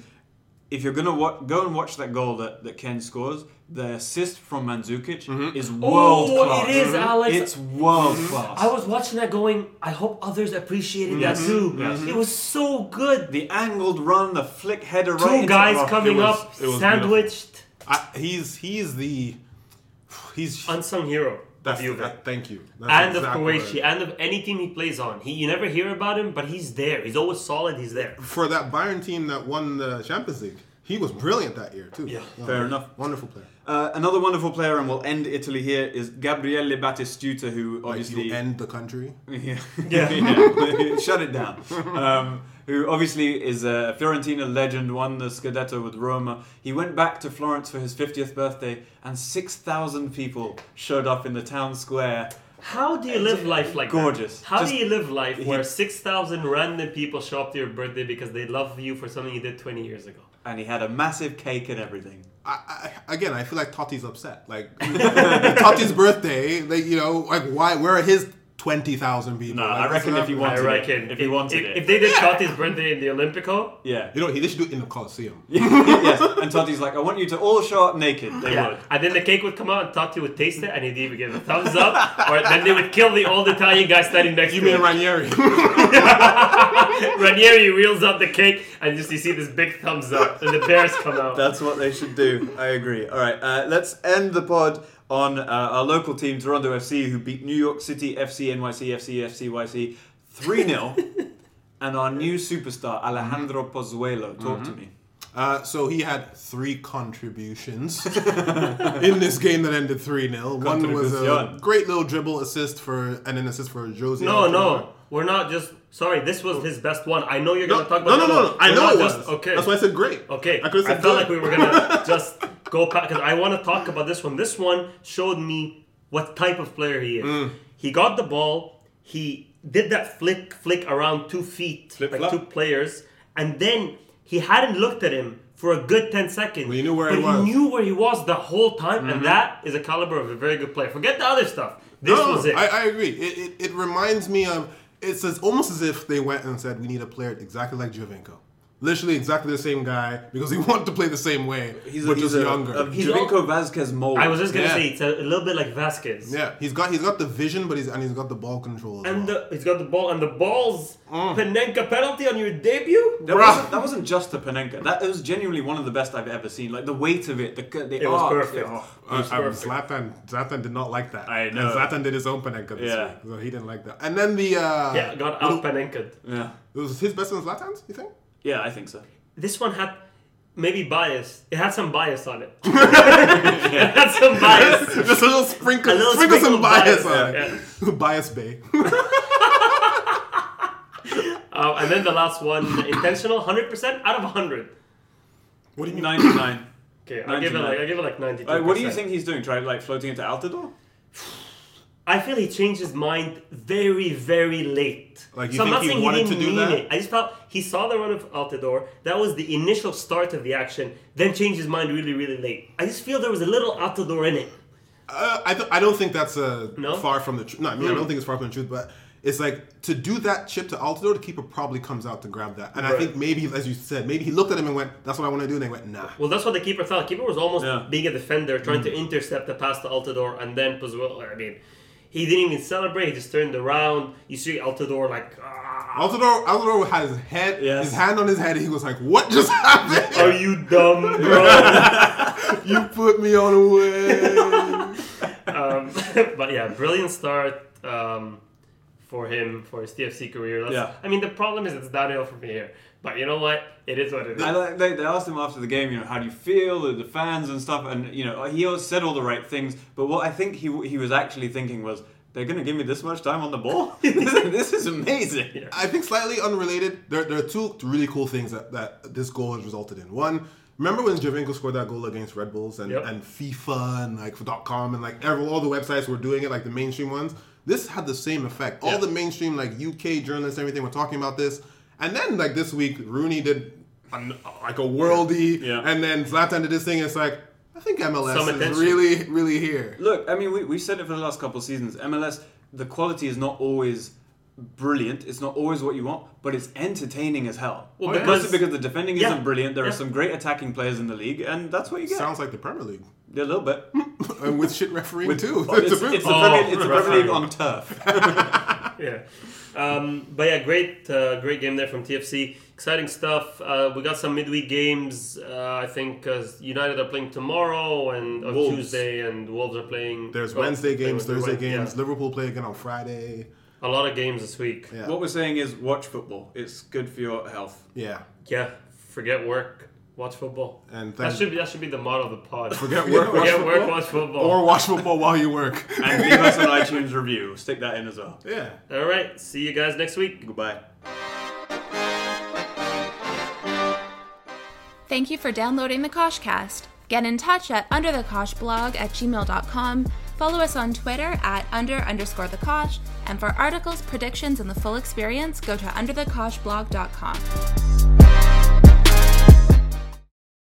Speaker 1: if you're gonna wa- go and watch that goal that, that Ken scores, the assist from Mandzukic is world class.
Speaker 2: Mm-hmm. Oh, it is, Alex. Mm-hmm.
Speaker 1: It's world class.
Speaker 2: I was watching that, going, I hope others appreciated
Speaker 1: Yes.
Speaker 2: that too.
Speaker 1: Mm-hmm. Yes.
Speaker 2: It was so good.
Speaker 1: the angled run, the flick header,
Speaker 2: Two
Speaker 1: right into-
Speaker 2: guys
Speaker 1: oh,
Speaker 2: coming
Speaker 1: it was-
Speaker 2: up,
Speaker 3: it was
Speaker 2: sandwiched,
Speaker 3: I, he's he's the he's
Speaker 2: unsung hero.
Speaker 3: That's
Speaker 2: of Juve.
Speaker 3: that, thank you. That's
Speaker 2: and
Speaker 3: the
Speaker 2: of
Speaker 3: exact
Speaker 2: Croatia,
Speaker 3: word.
Speaker 2: and of any team he plays on, he you never hear about him, but he's there. He's always solid. He's there.
Speaker 3: For that Bayern team that won the Champions League, he was brilliant that year too. Oh,
Speaker 2: Yeah.
Speaker 1: Fair enough.
Speaker 3: Wonderful player.
Speaker 1: Uh, another wonderful player, and we'll end Italy here, is Gabriele Battistuta, who
Speaker 3: Like
Speaker 1: obviously
Speaker 3: you end the country.
Speaker 1: Yeah.
Speaker 2: Yeah.
Speaker 1: Yeah. Shut it down. Um, who obviously is a Fiorentina legend, won the Scudetto with Roma. He went back to Florence for his 50th birthday, and 6,000 people showed up in the town square.
Speaker 2: How do you live life like
Speaker 1: Gorgeous.
Speaker 2: That? How
Speaker 1: Just-
Speaker 2: do you live life where
Speaker 1: he-
Speaker 2: six thousand random people show up to your birthday because they love you for something you did twenty years ago?
Speaker 1: And he had a massive cake and everything.
Speaker 3: I, I, again, I feel like Totti's upset. Like Totti's birthday, like you know, like why? Where are his twenty thousand people?
Speaker 1: No,
Speaker 3: Like,
Speaker 1: I
Speaker 3: that's
Speaker 1: reckon
Speaker 3: not-
Speaker 1: if he
Speaker 2: I
Speaker 1: wanted- it,
Speaker 2: reckon
Speaker 1: if he wanted
Speaker 2: if,
Speaker 1: it.
Speaker 2: if they did Tati's birthday in the Olympico,
Speaker 1: Yeah.
Speaker 3: you know, he they should do it in the Coliseum.
Speaker 1: yes. And Totti's like, I want you to all show up naked. They
Speaker 2: yeah,
Speaker 1: would.
Speaker 2: and then the cake would come out and Tati would taste it and he'd either give a thumbs up or then they would kill the old Italian guy standing next
Speaker 3: You
Speaker 2: to
Speaker 3: mean
Speaker 2: him.
Speaker 3: Ranieri?
Speaker 2: Ranieri reels out the cake and just you see this big thumbs up and the bears come out.
Speaker 1: That's what they should do. I agree. All right, uh, let's end the pod on uh, our local team, Toronto FC, who beat New York City FC, NYC FC, FCYC 3 0. and our new superstar, Alejandro Pozuelo, talk to me.
Speaker 3: Uh, so he had three contributions in this game that ended 3 0. One was a
Speaker 1: Contribución.
Speaker 3: great little dribble assist for, and an assist for Josie.
Speaker 2: No, no, we're not just. Sorry, this was his best one. I know you're
Speaker 3: No,
Speaker 2: gonna talk
Speaker 3: no,
Speaker 2: about.
Speaker 3: no,
Speaker 2: the
Speaker 3: no,
Speaker 2: other
Speaker 3: no.
Speaker 2: one.
Speaker 3: I
Speaker 2: We're
Speaker 3: know
Speaker 2: not
Speaker 3: it was.
Speaker 2: just- Okay.
Speaker 3: That's why I said great.
Speaker 2: Okay.
Speaker 3: I could've
Speaker 2: I felt
Speaker 3: said good.
Speaker 2: like we were gonna just go back because I want to talk about this one. This one showed me what type of player he is.
Speaker 3: Mm.
Speaker 2: He got the ball. He did that flick flick around two feet, like
Speaker 3: flop.
Speaker 2: two players, and then he hadn't looked at him for a good ten seconds.
Speaker 3: you knew where
Speaker 2: but
Speaker 3: he was. Mm-hmm.
Speaker 2: knew where he was the whole time, and that is a caliber of a very good player. Forget the other stuff. This
Speaker 3: No,
Speaker 2: was it.
Speaker 3: I, I agree. It, it, it reminds me of it's as, almost as if they went and said we need a player exactly like Jovinko. Literally exactly the same guy because he wanted to play the same way,
Speaker 1: He's a,
Speaker 3: but
Speaker 1: he's
Speaker 3: just
Speaker 1: a,
Speaker 3: younger.
Speaker 1: a
Speaker 2: He's
Speaker 1: Javinko Vasquez mold.
Speaker 2: I was just gonna
Speaker 3: Yeah.
Speaker 2: say it's a, a little bit like Vasquez.
Speaker 3: yeah, he's got he's got the vision, but he's and he's got the ball control. As
Speaker 2: And
Speaker 3: well.
Speaker 2: the, he's got the ball and the balls.
Speaker 1: Mm.
Speaker 2: Penenka penalty on your debut.
Speaker 1: That wasn't, that wasn't just the Panenka. That was genuinely one of the best I've ever seen. Like the weight of it, the cu- the
Speaker 2: It was
Speaker 1: arc,
Speaker 2: perfect.
Speaker 1: oh.
Speaker 3: Uh,
Speaker 2: It was
Speaker 3: um,
Speaker 2: perfect.
Speaker 3: Zlatan, Zlatan did not like that.
Speaker 1: I
Speaker 3: And
Speaker 1: know.
Speaker 3: Zlatan did his own Panenka this
Speaker 1: Yeah.
Speaker 3: week, so he didn't like that. And then the uh,
Speaker 2: Yeah, got
Speaker 3: was
Speaker 2: out Panenka'd.
Speaker 1: Yeah,
Speaker 3: it was his best than Zlatan's. You think?
Speaker 1: yeah, I think so.
Speaker 2: This one had maybe bias. It had some bias on it. it had some bias.
Speaker 3: Just a little sprinkle,
Speaker 2: A little sprinkle
Speaker 3: sprinkle, some
Speaker 2: of
Speaker 3: bias,
Speaker 2: bias,
Speaker 3: on
Speaker 2: yeah,
Speaker 3: it. bias Bay.
Speaker 2: Uh, and then the last one, intentional, hundred percent out of hundred.
Speaker 3: what do you mean?
Speaker 1: Ninety nine.
Speaker 2: Okay, I give it
Speaker 1: 99.
Speaker 2: like I give it like ninety two.
Speaker 1: Like, what do you think he's doing? Try like floating into Altidore?
Speaker 2: I feel he changed his mind very, very late.
Speaker 3: Like, you
Speaker 2: so I'm
Speaker 3: think
Speaker 2: not
Speaker 3: he
Speaker 2: saying
Speaker 3: wanted
Speaker 2: he didn't
Speaker 3: to do
Speaker 2: mean
Speaker 3: that?
Speaker 2: it. I just felt he saw the run of Altidore. That was the initial start of the action. Then changed his mind really, really late. I just feel there was a little Altidore in it.
Speaker 3: Uh, I, th- I don't think that's uh,
Speaker 2: No? Mm.
Speaker 3: far from the truth. No, I mean, I don't think it's far from the truth, but it's like to do that chip to Altidore, the keeper probably comes out to grab that. And I
Speaker 2: Right.
Speaker 3: think maybe, as you said, maybe he looked at him and went, that's what I want to do. And they went, nah.
Speaker 2: Well, that's what the keeper thought. The keeper was almost
Speaker 1: Yeah.
Speaker 2: being a defender, trying
Speaker 3: Mm.
Speaker 2: to intercept the pass to Altidore, and then Pozuelo. I mean, he didn't even celebrate. He just turned around. You see Altidore like, ah,
Speaker 3: Altidore, Altidore had his head,
Speaker 1: Yes.
Speaker 3: his hand on his head, and he was like, what just happened?
Speaker 2: "Are you dumb, bro?"
Speaker 3: you put me on a way.
Speaker 2: um, but yeah, brilliant start um, for him for his TFC career. That's,
Speaker 1: Yeah.
Speaker 2: I mean, the problem is it's downhill from here. But you know what? It is what it is.
Speaker 1: I like, they, they asked him after the game, you know, how do you feel, the, the fans and stuff, and you know, he always said all the right things. But what I think he he was actually thinking was, they're going to give me this much time on the ball. this, is- this is amazing.
Speaker 3: I think slightly unrelated. There, there are two really cool things that, that this goal has resulted in. One, remember when Javinko scored that goal against Red Bulls and,
Speaker 2: Yep.
Speaker 3: and FIFA and like .com and like every, all the websites were doing it, like the mainstream ones. This had the same effect. All
Speaker 2: Yeah.
Speaker 3: the mainstream like UK journalists, and everything were talking about this. And then like this week, Rooney did an, like a worldie,
Speaker 1: Yeah.
Speaker 3: and then Zlatan did this thing. And it's like I think MLS
Speaker 2: Some
Speaker 3: is
Speaker 2: attention.
Speaker 3: really, really here.
Speaker 1: Look, I mean, we, we've said it for the last couple of seasons. MLS, the quality is not always brilliant. It's not always what you want, but it's entertaining as hell.
Speaker 2: Well,
Speaker 1: Well,
Speaker 2: because-
Speaker 1: because, because the defending
Speaker 2: Yeah.
Speaker 1: isn't brilliant. There
Speaker 2: Yeah.
Speaker 1: are some great attacking players in the league, and that's what you get.
Speaker 3: Sounds like the Premier League,
Speaker 1: a little bit.
Speaker 3: and with shit refereeing too.
Speaker 1: It's, it's,
Speaker 3: a bit-
Speaker 1: the
Speaker 2: Oh,
Speaker 1: Premier, it's the Premier
Speaker 2: referee.
Speaker 1: League on turf.
Speaker 2: yeah. Um, but yeah, great, uh, great game there from TFC. Exciting stuff. Uh, we got some midweek games. Uh, I think because United are playing tomorrow and on
Speaker 3: Wolves.
Speaker 2: Tuesday, and Wolves are playing.
Speaker 3: There's
Speaker 2: well,
Speaker 3: Wednesday
Speaker 2: playing
Speaker 3: games,
Speaker 2: Wednesday,
Speaker 3: Thursday
Speaker 2: Wed-
Speaker 3: games. Liverpool play again on Friday.
Speaker 2: yeah. A lot of games this week.
Speaker 3: Yeah.
Speaker 1: What we're saying is watch football. It's good for your health.
Speaker 3: Yeah.
Speaker 2: Yeah, Forget work, watch football.
Speaker 3: And
Speaker 2: that
Speaker 3: thank-
Speaker 2: should be that should be the motto of the pod.
Speaker 3: Forget work, watch
Speaker 2: Forget work,
Speaker 3: football.
Speaker 2: watch football.
Speaker 3: Or watch football while you work.
Speaker 1: And leave us an iTunes review. Stick that in as well.
Speaker 3: yeah.
Speaker 2: All right. See you guys next week.
Speaker 1: Goodbye.
Speaker 5: Thank you for downloading the Koshcast. Get in touch at underthekoshblog at gmail.com. Follow us on Twitter at under underscore the Kosh. And for articles, predictions, and the full experience, go to underthekoshblog.com.